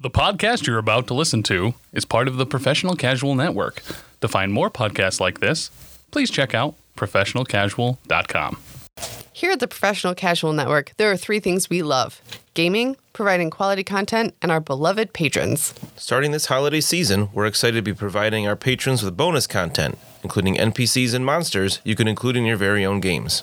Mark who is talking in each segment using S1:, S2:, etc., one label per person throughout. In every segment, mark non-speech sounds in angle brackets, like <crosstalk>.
S1: The podcast you're about to listen to is part of the Professional Casual Network. To find more podcasts like this, please check out professionalcasual.com.
S2: Here at the Professional Casual Network, there are three things we love gaming, providing quality content, and our beloved patrons.
S3: Starting this holiday season, we're excited to be providing our patrons with bonus content, including NPCs and monsters you can include in your very own games.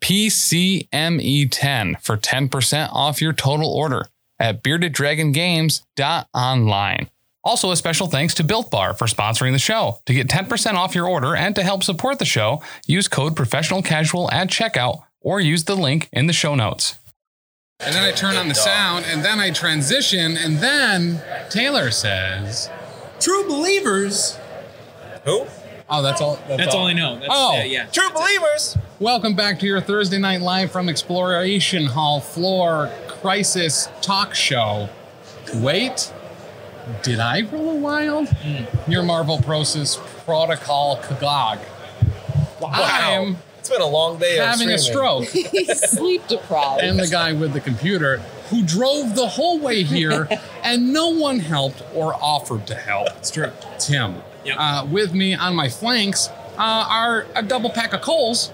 S1: PCME10 E for 10% off your total order at beardeddragongames.online. Also, a special thanks to Built Bar for sponsoring the show. To get 10% off your order and to help support the show, use code Professional Casual at checkout or use the link in the show notes. And then I turn on the sound and then I transition and then Taylor says,
S4: True believers.
S3: Who?
S1: Oh, that's all.
S5: That's all I know. That's,
S1: Oh.
S5: uh, yeah.
S3: True believers!
S1: Welcome back to your Thursday night live from Exploration Hall floor crisis talk show. Wait, did I roll a wild? Your Marvel Process Protocol Kagog. I'm
S3: It's been a long day
S1: having a stroke,
S6: sleep deprived.
S1: and the guy with the computer who drove the whole way here, and no one helped or offered to help. It's true. Tim,
S5: Yep.
S1: uh, with me on my flanks uh, are a double pack of coals.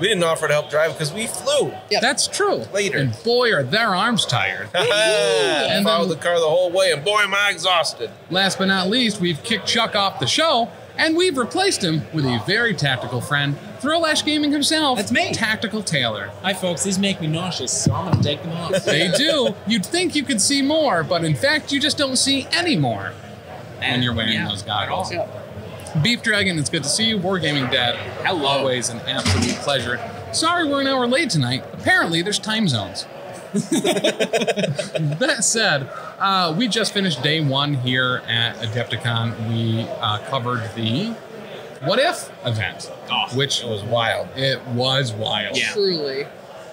S3: We didn't offer to help drive because we flew.
S6: Yep.
S1: That's true.
S3: Later.
S1: And boy, are their arms tired.
S3: and
S1: And
S3: Uh, followed the
S1: then-
S3: car the whole way, and boy, am I exhausted.
S1: Last but not least, we've kicked Chuck off the show, and we've replaced him with a very tactical friend, Thrill Ash Gaming himself.
S5: That's me.
S1: Tactical Taylor.
S5: Hi, folks. These make me nauseous, so I'm gonna take them off.
S6: <laughs>
S1: They do. You'd think you could see more, but in fact, you just don't see any more when you're wearing
S5: Yeah,
S1: those
S5: at all.
S1: goggles. Beef Dragon, it's good to see you. Wargaming Dad,
S5: Hello.
S1: always an absolute pleasure. Sorry we're an hour late tonight. Apparently, there's time zones. <laughs> that said, uh, we just finished day one here at Adepticon. We uh, covered the What If event,
S5: Oh,
S1: which
S3: It was wild.
S1: it was wild.
S5: Yeah.
S6: Truly.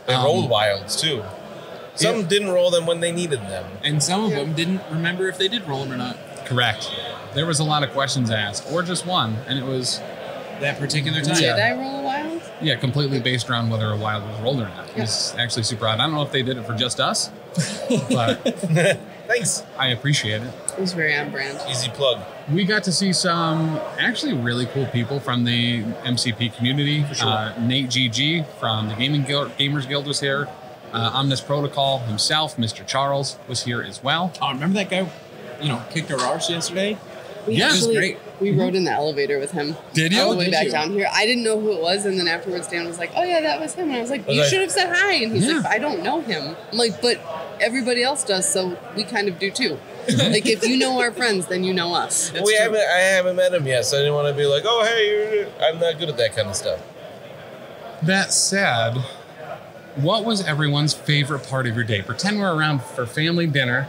S3: They
S1: Um,
S3: rolled wilds too. Some didn't roll them when they needed them.
S5: And some of them didn't remember if they did roll them or not
S1: Correct. There was a lot of questions asked, or just one, and it was
S5: that particular time.
S6: Did I roll a wild?
S1: Yeah, completely based around whether a wild was rolled or not. It was actually super odd. I don't know if they did it for just
S5: <laughs>
S1: us, but
S3: Thanks.
S1: I appreciate it.
S6: It was very on brand.
S3: Easy plug.
S1: We got to see some actually really cool people from the MCP community. Uh, Nate GG from the Gaming Guild, Gamers Guild was here. Uh, Omnis Protocol himself, Mr. Charles, was here as well.
S5: Oh, remember that guy? You know, kicked our arse yesterday.
S6: We
S1: Yeah, it was Mm-hmm.
S6: actually,
S5: great.
S6: We rode in the elevator with him.
S1: Did you?
S6: All the
S1: Did
S6: way back
S5: you?
S6: down here. I didn't know who it was, and then afterwards, Dan was like, "Oh yeah, that was him." And I was like,
S3: Was
S6: "You
S3: I-
S6: should have said hi." And he's
S1: Yeah.
S6: like, "I don't know him." I'm like, "But everybody else does, so we kind of do too."
S1: Mm-hmm.
S6: like if you know our friends, then you know us.
S3: we haven't. I haven't met him yet, so I didn't want to be like, "Oh, hey, you're, I'm not good at that kind of stuff."
S1: That said, what was everyone's favorite part of your day? Pretend we're around for family dinner.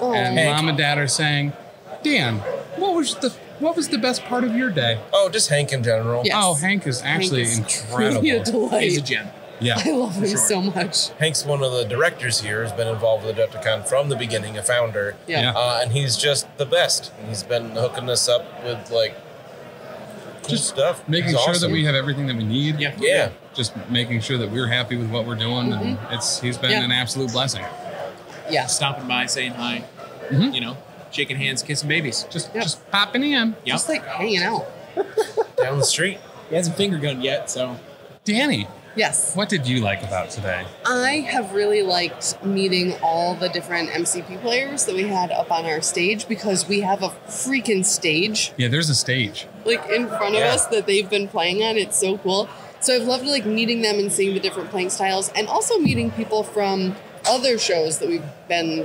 S6: Oh,
S1: <laughs> and
S3: Hank.
S1: mom and dad are saying, Dan, what was the what was the best part of your day?
S3: Oh, just Hank in general.
S6: Yeah. Yes.
S1: Oh, Hank is actually
S6: Hank is <laughs> truly a
S1: incredible.
S5: He's a
S6: delight.
S5: gem.
S1: yeah.
S6: I love him so much.
S3: Hank's one of the directors here. Has been involved with Adepticon from the beginning, a founder,
S6: Yeah.
S1: Yeah.
S3: uh, and he's just the best. And he's been hooking us up with like cool
S1: Just
S3: stuff,
S1: Making
S3: He's
S1: sure
S3: awesome.
S1: that we have everything that we need.
S5: Yeah.
S3: Yeah,
S1: Just making sure that we're happy with what we're doing. And it's he's been
S6: Mm-hmm. Yeah.
S1: an absolute blessing.
S6: Yes.
S5: Stopping by, saying hi.
S6: Mm-hmm.
S1: Mhm.
S5: You know, shaking hands, kissing babies.
S1: Just
S6: Yep.
S1: just popping in.
S5: Yep.
S6: Just like hanging out.
S3: down the street.
S5: he hasn't finger gunned yet, so
S1: Danny,
S6: Yes.
S1: what did you like about today?
S6: I have really liked meeting all the different MCP players that we had up on our stage because we have a freaking stage
S1: Yeah, there's a stage.
S6: like in front of
S3: Yeah.
S6: us that they've been playing on. It's so cool. So I've loved like meeting them and seeing the different playing styles and also meeting people from other shows that we've been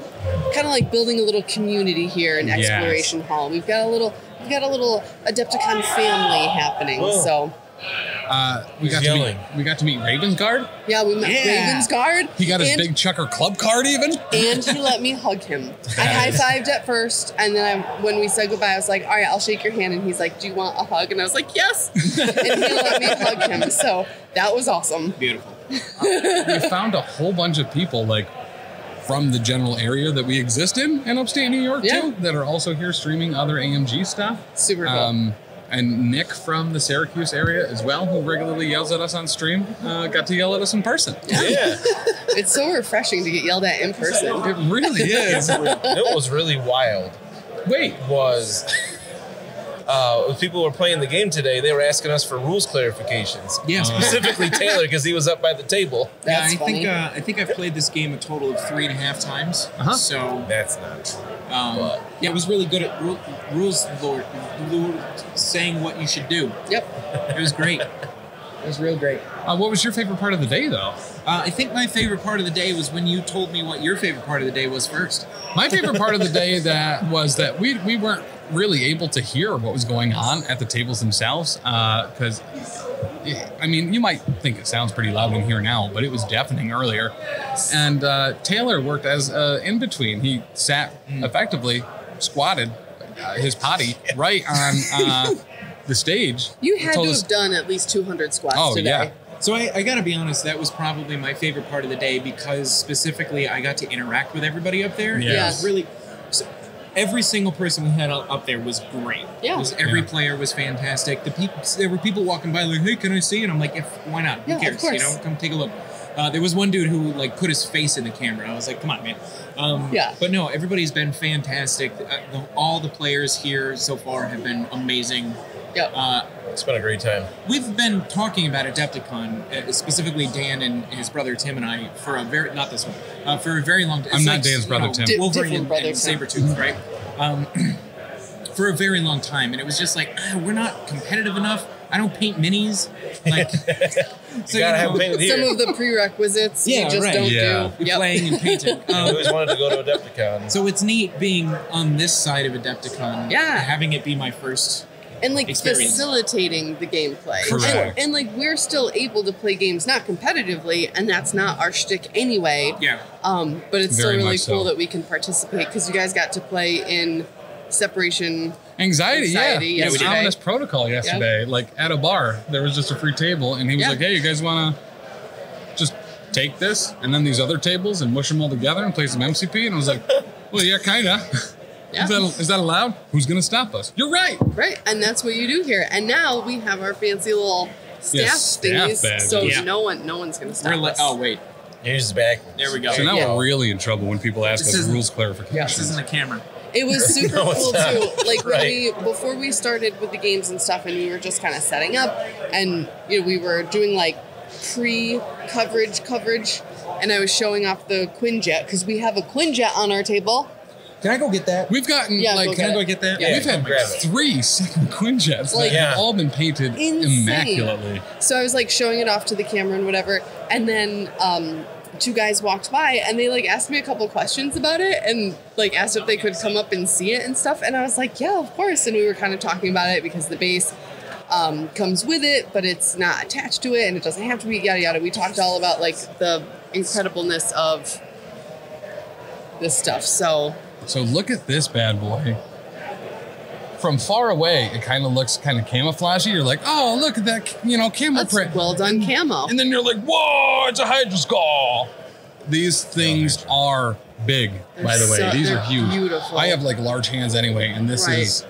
S6: kind of like building a little community here in
S5: Yes.
S6: Exploration Hall. We've got a little, we've got a little Adepticon family happening. So
S1: Uh, we
S5: He's
S1: got
S5: yelling.
S1: to meet, we got to meet Ravensguard.
S6: yeah, we met
S5: Yeah.
S6: Ravensguard.
S1: He got his
S6: and,
S1: big Chucker Club card even.
S6: and he let me hug him. I high fived at first, and then I, when we said goodbye, I was like, "All right, I'll shake your hand." And he's like, "Do you want a hug?" And I was like, "Yes." <laughs> and he let me hug him. So that was awesome.
S5: Beautiful.
S1: <laughs> we found a whole bunch of people like from the general area that we exist in in upstate New York
S6: Yeah.
S1: too that are also here streaming other AMG stuff.
S6: Super cool.
S1: Um, and Nick from the Syracuse area as well, who regularly yells at us on stream, uh, got to yell at us in person.
S7: Yeah.
S6: it's so refreshing to get yelled at in person.
S1: It really <laughs> is.
S7: You know what was really wild
S1: Wait,
S7: was uh, when people were playing the game today, they were asking us for rules clarifications. Uh-huh.
S5: Yes.
S7: Specifically Taylor, because he was up by the table.
S5: Yeah,
S6: That's
S5: I
S6: funny.
S5: think uh, I think I've played this game a total of three and a half times.
S1: Uh-huh.
S5: So
S7: That's not.
S5: um, yeah, I was really good at ru- rules lord, lord saying what you should do.
S6: Yep.
S5: It was
S6: <laughs>
S5: great. it was real great.
S1: uh, what was your favorite part of the day though?
S5: Uh, I think my favorite part of the day was when you told me what your favorite part of the day was first.
S1: My favorite part of the day that was that we we weren't really able to hear what was going on at the tables themselves because. I mean, you might think it sounds pretty loud in here now, but it was deafening earlier. And uh, Taylor worked as uh, in between. He sat
S6: Hmm.
S1: effectively, squatted uh, his potty right on
S6: <laughs>
S1: uh, the stage.
S6: You had
S1: Told
S6: to
S1: us-
S6: have done at least 200 squats
S1: Oh,
S6: today.
S1: yeah.
S5: So I, I gotta be honest, that was probably my favorite part of the day because specifically I got to interact with everybody up there. It
S6: Yes.
S5: was really so every single person we had up up there was great.
S6: Yeah.
S5: It was- every
S1: Yeah.
S5: player was fantastic. The people there were people walking by like, hey, can I see? And I'm like, if why not? Who
S6: Yeah, of
S5: cares? You
S6: course.
S5: know, come take a look. Uh, there was one dude who like put his face in the camera. I was like, come on, man. Um,
S6: Yeah.
S5: But no, everybody's been fantastic. Uh, the, all the players here so far have been amazing.
S6: Yep.
S5: Uh,
S7: It's been a great time.
S5: We've been talking about Adepticon, uh, specifically Dan and his brother Tim and I, for a very not this one, uh, for a very long time.
S1: I'm not Dan's brother, Tim.
S6: Di-
S5: Wolverine
S6: different
S5: and,
S6: brother
S5: and
S6: Tim.
S5: Sabretooth, right? Um, <clears throat> for a very long time, and it was just like ah, we're not competitive enough. I don't paint minis. Like, so
S7: You gotta
S5: you
S7: have
S5: know,
S7: painted
S6: Some
S7: here.
S6: of the prerequisites
S5: Yeah,
S6: you just
S5: right.
S6: don't
S1: Yeah.
S6: do.
S5: you're
S6: Yep.
S5: playing and painting.
S6: <laughs>
S1: Uh,
S7: I
S5: Um,
S7: always wanted to go to Adepticon.
S5: so it's neat being on this side of Adepticon.
S6: Yeah.
S5: having it be my first.
S6: and like
S5: experience.
S6: facilitating the gameplay.
S1: Correct.
S6: And, and, like we're still able to play games not competitively, and that's not our shtick anyway.
S5: Yeah,
S6: Um, but it's
S1: Very
S6: still really
S1: much so.
S6: cool that we can participate because you guys got to play in separation.
S1: Anxiety,
S6: Anxiety
S1: yeah. It was
S6: yesterday.
S1: ominous protocol yesterday. Like at a bar, there was just a free table, and he was
S6: Yeah.
S1: like, "Hey, you guys want to just take this and then these other tables and mush them all together and play some MCP?" And I was
S6: <laughs>
S1: like, "Well, yeah, kinda. <laughs>
S6: Yeah.
S1: is, that, is that allowed? Who's gonna stop us? You're right.
S7: Oh,
S6: Right, and that's what you do here. And now we have our fancy little staff
S1: Yeah, staff
S6: thingies,
S1: badges.
S6: so
S5: Yeah.
S6: no one, no one's gonna stop
S5: we're like,
S6: us.
S5: oh wait,
S7: Here's the back.
S5: there we go.
S1: So now
S6: Yeah.
S1: we're really in trouble when people ask
S5: This
S1: us
S5: isn't-
S1: rules clarifications.
S5: this isn't a camera.
S7: <laughs>
S6: It was super
S7: No, it's
S6: cool
S7: not.
S6: too. Like
S7: Right.
S6: when we before we started with the games and stuff, and we were just kind of setting up, and you know we were doing like pre coverage coverage, and I was showing off the Quinjet because we have a Quinjet on our table.
S5: Can I go get that?
S1: We've gotten
S6: Yeah,
S1: like
S6: go get
S1: we've
S6: it.
S5: Go get that.
S6: Yeah.
S7: Yeah,
S1: had
S7: come grab it.
S1: three <laughs> second quinjets that
S6: Like-
S7: Yeah.
S1: have all been painted
S6: Insane.
S1: immaculately.
S6: So I was like showing it off to the camera and whatever, and then um, two guys walked by and they like asked me a couple questions about it and like asked if they could come up and see it and stuff, and I was like, yeah, of course. And we were kind of talking about it because the base um, comes with it, but it's not attached to it, and it doesn't have to be yada yada. We talked all about like the incredibleness of this stuff. So
S1: So look at this bad boy. From far away, it kind of looks kind of camouflagey. You're like, oh, look at that, you know, camel
S6: that's
S1: print.
S6: well done, camo.
S1: and then you're like, whoa, it's a Hydra skull. These things are big, by the way.
S6: so-
S1: These
S6: they're
S1: are huge.
S6: beautiful.
S1: I have like large hands anyway, and this
S6: Right.
S1: is,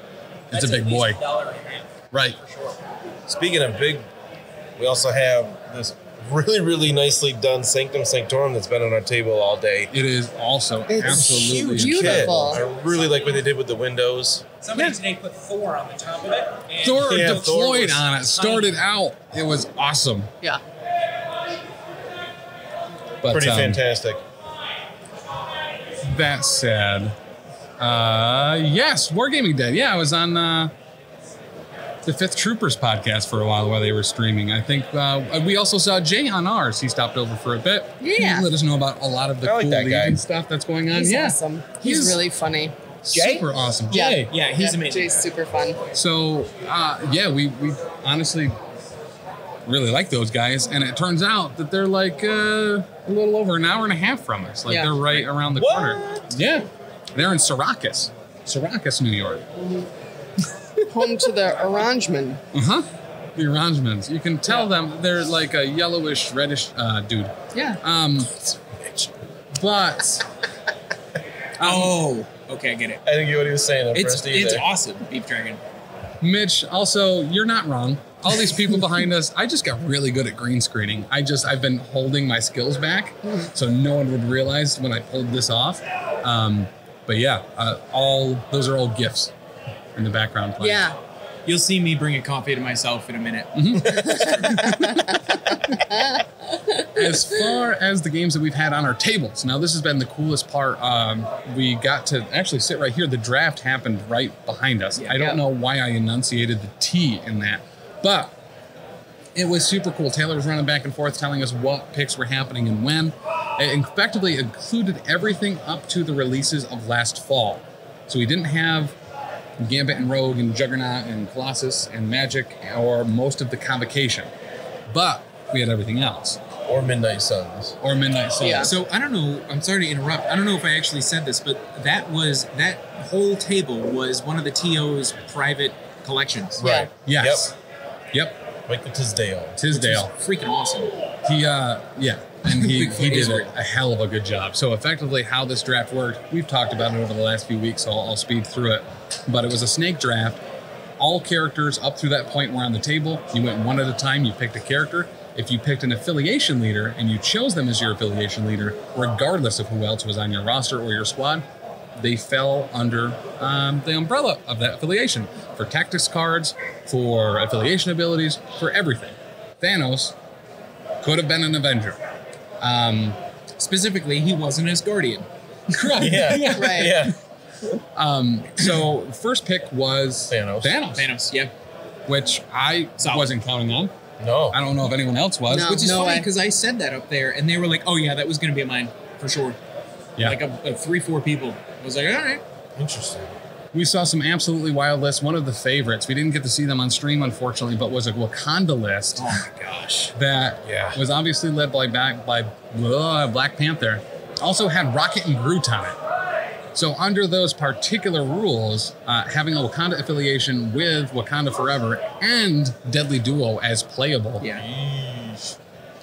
S1: it's a big boy. Right.
S7: Speaking of big, we also have this really, really nicely done Sanctum Sanctorum that's been on our table all day.
S1: It is also
S6: It's
S1: absolutely
S6: huge.
S1: insane.
S6: Beautiful.
S7: Kid. I really like what they did with the windows.
S5: Somebody today put Thor on the top of it. and-
S1: Thor
S7: Yeah, Thor
S1: deployed
S7: was
S1: on it, started out. It was awesome.
S6: yeah.
S1: But,
S7: Pretty
S1: um,
S7: fantastic.
S1: That said, uh, yes, Wargaming Day. Yeah, I was on uh, the Fifth Troopers podcast for a while while they were streaming. I think uh, we also saw Jay on ours. He stopped over for a bit.
S6: Yeah.
S1: He let us know about a lot of the
S7: I like
S1: cool
S7: that
S1: league
S7: guy.
S1: and stuff that's going on.
S6: He's
S1: yeah.
S6: awesome. He's,
S1: He's-
S6: really funny.
S7: Jay?
S1: Super awesome.
S6: Yeah.
S1: Jay.
S5: Yeah, he's
S6: Yeah,
S5: amazing.
S6: Jay's super fun.
S1: So uh, yeah, we we honestly really like those guys, and it turns out that they're like uh, a little over an hour and a half from us. Like
S6: Yeah.
S1: they're right around the
S7: What?
S1: corner. Yeah, they're in Syracuse, Syracuse, New York.
S6: Home to the Orangeman.
S1: Uh huh. The Orangemans. You can tell them they're like a yellowish, reddish uh, dude.
S6: Yeah.
S1: Um, but
S5: Oh, okay, I get it.
S7: I think you what he was saying. At
S5: It's
S7: first
S5: it's
S7: either.
S5: awesome, Beef Dragon.
S1: Mitch, also, you're not wrong. All these people behind us, I just got really good at green screening. I just, I've been holding my skills back so no one would realize when I pulled this off. Um, but yeah, uh, all those are all gifts in the background. Playing.
S6: Yeah.
S5: You'll see me bring a coffee to myself in a minute.
S1: as far as the games that we've had on our tables, now this has been the coolest part. Um, we got to actually sit right here. The draft happened right behind us. I don't know why I enunciated the T in that, but it was super cool. Taylor was running back and forth, telling us what picks were happening and when. It effectively included everything up to the releases of last fall. So we didn't have Gambit and Rogue and Juggernaut and Colossus and Magic or most of the convocation, but we had everything else
S7: or Midnight Suns.
S1: or midnight sun.
S6: Yeah.
S5: So I don't know. I'm sorry to interrupt. I don't know if I actually said this, but that was that whole table was one of the TO's private collections.
S6: Yeah.
S1: Yes. Yep.
S7: Like the
S1: <laughs>
S7: Tisdale.
S1: Tisdale.
S5: Freaking awesome.
S1: He uh yeah. And he,
S5: Bigfoot
S1: he did
S5: is real.
S1: a, a hell of a good job. So effectively how this draft worked, we've talked about it over the last few weeks, so I'll, I'll speed through it. But it was a snake draft. All characters up through that point were on the table. You went one at a time, you picked a character. If you picked an affiliation leader and you chose them as your affiliation leader, regardless of who else was on your roster or your squad, they fell under um, the umbrella of that affiliation for tactics cards, for affiliation abilities, for everything. Thanos could have been an Avenger. Um,
S5: Specifically, he wasn't as guardian.
S6: <laughs>
S1: correct.
S7: Yeah.
S6: Right.
S7: Yeah.
S1: So first pick was
S7: Thanos.
S1: Thanos,
S5: Thanos. Yeah.
S1: which I
S5: Solid.
S1: wasn't counting on.
S7: No.
S1: I don't know if anyone else was.
S6: No.
S5: Which is funny
S6: way.
S5: because I said that up there, and they were like, "Oh yeah, that was going to be mine for sure."
S1: Yeah.
S5: Like a, a three, four people. I was like, "All right."
S7: Interesting.
S1: We saw some absolutely wild lists. One of the favorites. We didn't get to see them on stream, unfortunately, but was a Wakanda list
S5: Oh my gosh.
S1: that
S7: Yeah.
S1: was obviously led by back by uh, Black Panther. Also had Rocket and Groot on it. So under those particular rules, uh, having a Wakanda affiliation with Wakanda Forever and Deadly Duo as playable
S5: Yeah.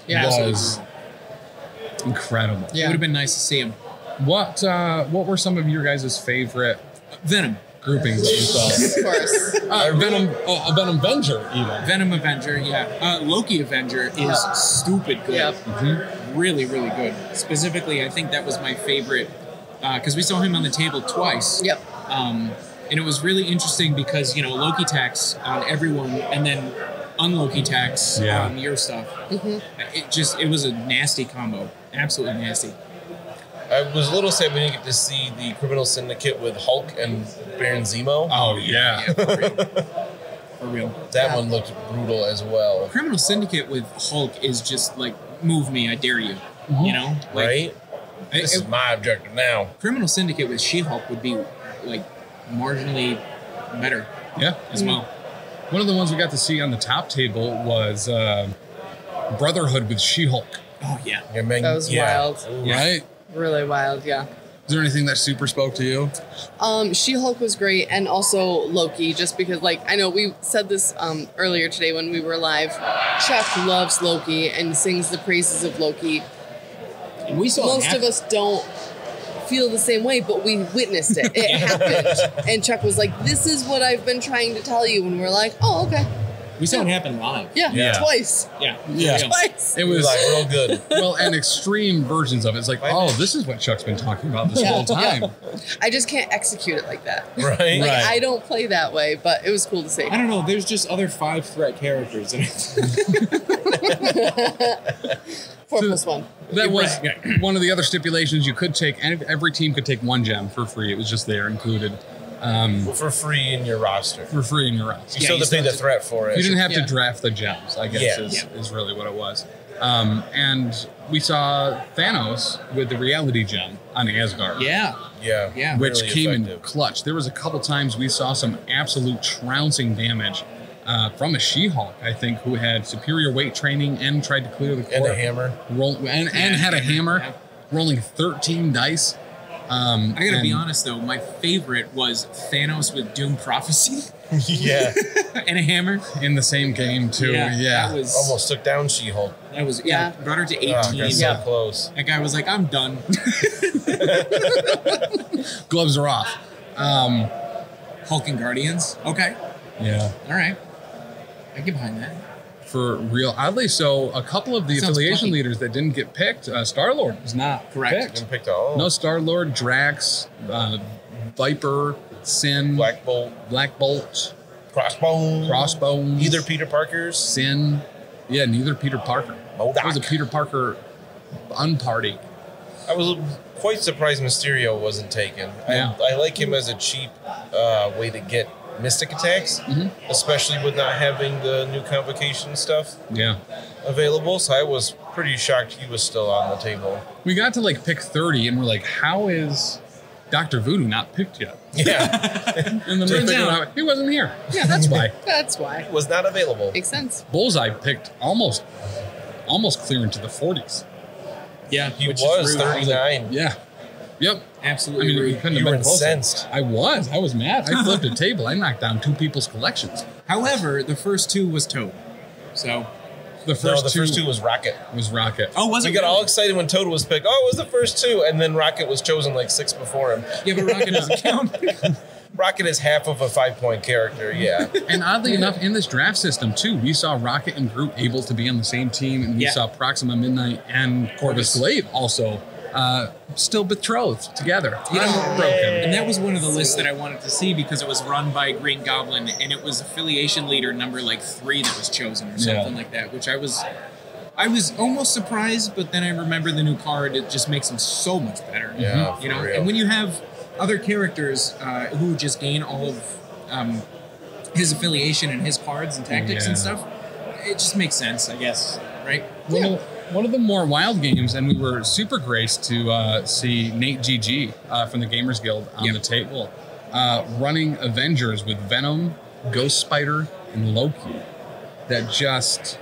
S6: Yeah.
S1: was incredible.
S5: It would have been nice to see him.
S1: What uh, what were some of your guys' favorite
S5: Venom.
S1: groupings that you
S6: <laughs>
S1: saw?
S6: Of course.
S1: Uh, Venom, uh, a Venom Avenger, even.
S5: Venom Avenger. Yeah. Uh, Loki Avenger is stupid good. Mm-hmm.
S6: Yep.
S5: Really, really good. Specifically, I think that was my favorite because we saw him on the table twice.
S6: Yep.
S5: Um, and it was really interesting because you know Loki tax on everyone, and then unloki tax
S1: Yeah.
S5: on your stuff.
S6: Mm-hmm.
S5: It just it was a nasty combo, absolutely nasty.
S7: I was a little sad we didn't get to see the Criminal Syndicate with Hulk and Baron Zemo.
S1: Oh yeah,
S5: For real. For real.
S7: that
S6: yeah.
S7: one looked brutal as well.
S5: Criminal Syndicate with Hulk is just like move me, I dare you.
S1: Mm-hmm.
S5: You know, like,
S7: right?
S5: I-
S7: this
S5: I-
S7: is my objective now.
S5: Criminal Syndicate with She-Hulk would be like marginally better
S1: yeah.
S6: Mm.
S5: as well.
S1: One of the ones we got to see on the top table was uh, Brotherhood with She-Hulk.
S5: Oh yeah.
S7: You're making-
S6: That was
S7: yeah.
S6: wild.
S1: Right?
S6: Really wild. Yeah.
S1: Is there anything that super spoke to you?
S6: Um, She Hulk was great, and also Loki, just because, like, I know we said this um, earlier today when we were live. Chuck loves Loki and sings the praises of Loki.
S5: And we saw
S6: Most
S5: half-
S6: of us don't feel the same way, but we witnessed it. It happened. And Chuck was like, This is what I've been trying to tell you. And we're like, Oh, okay.
S5: We saw it happen live.
S6: Yeah.
S1: Yeah.
S6: Twice. <laughs>
S5: Yeah.
S1: Yeah.
S5: For real.
S6: Twice.
S1: It
S7: It was
S1: was
S7: like real
S1: <laughs>
S7: good.
S1: well, and extreme versions of it. It's like,
S7: Why
S1: oh,
S7: not?
S1: this is what Chuck's been talking about this
S6: Yeah.
S1: whole time.
S6: I just can't execute it like that.
S7: Right?
S6: Like,
S1: Right.
S6: I don't play that way, but it was cool to see.
S5: I don't know. There's just other five threat characters. <laughs> In it.
S6: Four plus one.
S1: That was
S5: Right.
S1: one of the other stipulations. You could take and every team could take one gem for free. It was just there included. um,
S3: for free in your roster.
S1: for free in your roster.
S3: You still have to pay the threat for it.
S1: You didn't have
S5: Yeah.
S1: to draft the gems, I guess,
S3: Yeah.
S1: is, is really what it was. Um, and we saw Thanos with the reality gem on Asgard,
S5: Yeah.
S3: yeah,
S5: Yeah.
S1: which
S3: really
S1: came in
S3: effective.
S1: clutch. There was a couple times we saw some absolute trouncing damage uh, from a She-Hulk, I think, who had superior weight training and tried to clear the court.
S3: and
S1: <laughs>
S3: the hammer.
S1: Roll, and, and had a hammer,
S5: Yeah.
S1: rolling 13 dice. Um,
S5: I gotta be
S1: and-
S5: honest though, my favorite was Thanos with Doom Prophecy <laughs>
S3: yeah,
S5: and a hammer.
S1: In the same game, too. Yeah.
S5: That was
S3: almost took down She-Hulk.
S5: that was yeah,
S6: Yeah.
S5: brought her to eighteen.
S3: Oh, got so
S5: yeah.
S3: close.
S5: That guy was like, I'm done. <laughs>
S1: Gloves are off. Um,
S5: Hulk and Guardians. Okay.
S1: yeah.
S5: All right. I get behind that.
S1: for real. Oddly, so a couple of the
S5: Sounds
S1: affiliation
S5: funky.
S1: leaders that didn't get picked, uh, Star Lord was not
S5: Correct.
S1: picked.
S3: And picked all
S1: No Star Lord, Drax, uh, Viper, Sin,
S3: Black Bolt,
S1: Black Bolt,
S3: Crossbone,
S1: Crossbones,
S3: Either Peter Parker's.
S1: Sin. Yeah, neither Peter Parker.
S3: Modoc.
S1: That was a Peter Parker unparty.
S3: I was quite surprised Mysterio wasn't taken.
S1: Yeah.
S3: I, I like him as a cheap uh, way to get mystic attacks,
S5: Mm-hmm.
S3: especially with not having the new convocation stuff
S1: Yeah.
S3: available. So I was pretty shocked he was still on the table.
S1: We got to like pick 30 and we're like, how is Dr. Voodoo not picked yet?
S3: Yeah,
S1: <laughs> And then we figured
S5: out-
S1: out he wasn't here.
S6: Yeah, that's
S1: why.
S6: <laughs> That's why.
S3: was not available.
S6: Makes sense.
S1: Bullseye picked almost almost clear into the 40s.
S5: Yeah.
S3: He
S5: which is
S3: was
S5: rude. I
S3: thirty
S5: like,
S3: nine.
S1: Yeah. Yep. I
S5: Absolutely.
S1: mean, we
S5: rude.
S1: couldn't
S3: You
S1: have
S3: were
S1: been closer.
S3: incensed.
S1: I was. I was mad. I flipped a table. I knocked down two people's collections.
S5: However, the first two was Toad. So
S1: The
S3: No,
S1: first,
S3: the
S1: two,
S3: first two was Rocket.
S1: was Rocket.
S5: Oh was
S3: We
S5: it
S3: got
S5: really?
S3: all excited when Toad was picked. Oh, it was the first two, and then Rocket was chosen like six before him.
S5: Yeah, but
S1: <laughs>
S5: Rocket doesn't count.
S3: Rocket is half of a five point character. Yeah,
S1: And oddly enough, in this draft system too, we saw Rocket and Groot able to be on the same team, and we
S5: Yeah.
S1: saw Proxima Midnight and Corvus Glaive also uh, still betrothed together, unbroken.
S5: And that was one of the lists that I wanted to see because it was run by Green Goblin and it was affiliation leader number like three that was chosen or
S1: Yeah.
S5: something like that, which I was I was almost surprised, but then I remember the new card, it just makes him so much better.
S3: Yeah,
S5: You
S3: for
S5: know,
S3: real.
S5: and when you have other characters uh, who just gain all of um, his affiliation and his cards and tactics and
S1: Yeah.
S5: stuff, it just makes sense, I guess. Right?
S1: One, of, one of the more wild games, and we were super graced to uh, see Nate GG uh, from the Gamers Guild on
S5: Yeah.
S1: the table uh, running Avengers with Venom, Ghost Spider, and Loki. That just.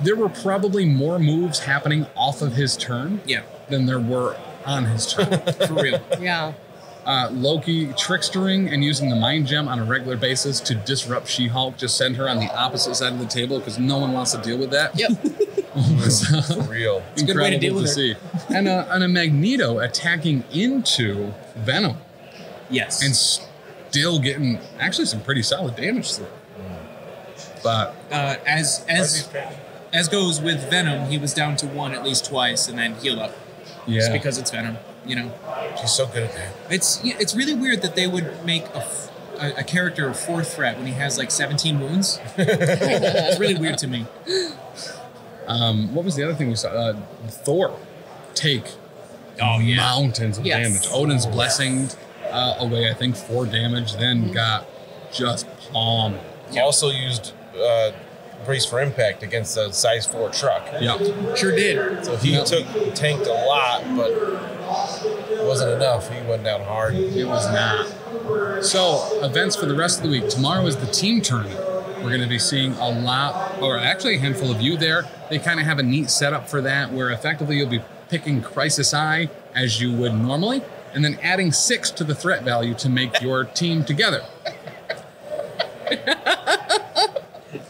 S1: There were probably more moves happening off of his turn
S5: Yeah.
S1: than there were on his turn.
S5: <laughs> For real.
S6: Yeah.
S1: uh, Loki trickstering and using the mind gem on a regular basis to disrupt She Hulk, just send her on the opposite side of the table because no one wants to deal with that.
S6: Yep.
S1: <laughs>
S3: for real.
S1: It's a
S5: good way to deal with
S1: see. and, a, and a Magneto attacking into Venom
S5: Yes.
S1: and still getting actually some pretty solid damage through. But
S5: uh, as as as goes with Venom, he was down to one at least twice, and then healed up just
S1: yeah,
S5: because it's Venom. You know,
S3: She's so good at that.
S5: it's yeah, it's really weird that they would make a, f- a, a character a fourth threat when he has like
S1: <laughs>
S5: 17 wounds. it's really weird to me.
S1: um, what was the other thing we saw? Uh, Thor take
S5: Oh
S1: mountains of
S6: Yes.
S1: damage. Odin's blessing uh, away, I think, four damage. Then got just palm.
S3: also used uh, brace for impact against a size four truck.
S1: Yep.
S5: sure did.
S3: So he
S1: Yeah.
S3: took tanked a lot, but it wasn't enough. He went down hard.
S1: It was not. So, events for the rest of the week. Tomorrow is the team tournament. We're going to be seeing a lot, or actually a handful of you there. They kind of have a neat setup for that where effectively you'll be picking Crisis Eye as you would normally, and then adding six to the threat value to make your team together.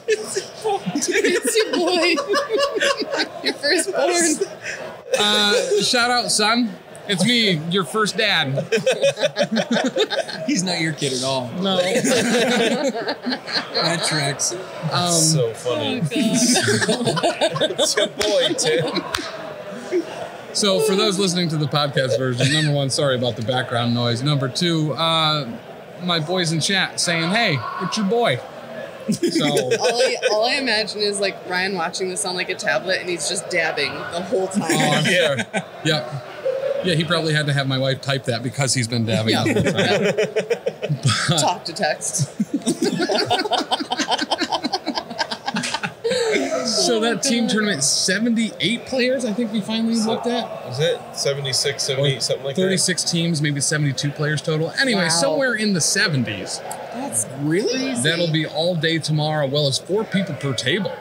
S6: it's your boy. <laughs> your firstborn.
S1: Uh, shout out, son. It's me, your first dad.
S5: <laughs> He's not your kid at all.
S1: No.
S5: That tracks.
S3: so funny. <laughs> it's your boy, Tim.
S1: So, for those listening to the podcast version, number one, sorry about the background noise. Number two, uh, my boys in chat saying, "Hey, it's your boy." So,
S3: <laughs>
S1: oh,
S6: All I, all I imagine is like
S1: <laughs>
S6: Ryan watching this on like a tablet and he's just dabbing the whole time.
S1: oh, I'm
S3: Yeah.
S1: sure. Yep. Yeah, he probably had to have my wife type that because he's been dabbing.
S6: Yeah.
S1: the whole time.
S6: Talk to text.
S1: So that team tournament, 78 players, I think we finally looked at.
S3: Is it 76, 78, something like
S1: 36 teams, maybe 72 players total. Anyway,
S6: Wow.
S1: somewhere in the 70s.
S6: That's really
S1: That'll be all day tomorrow, well as four people per table.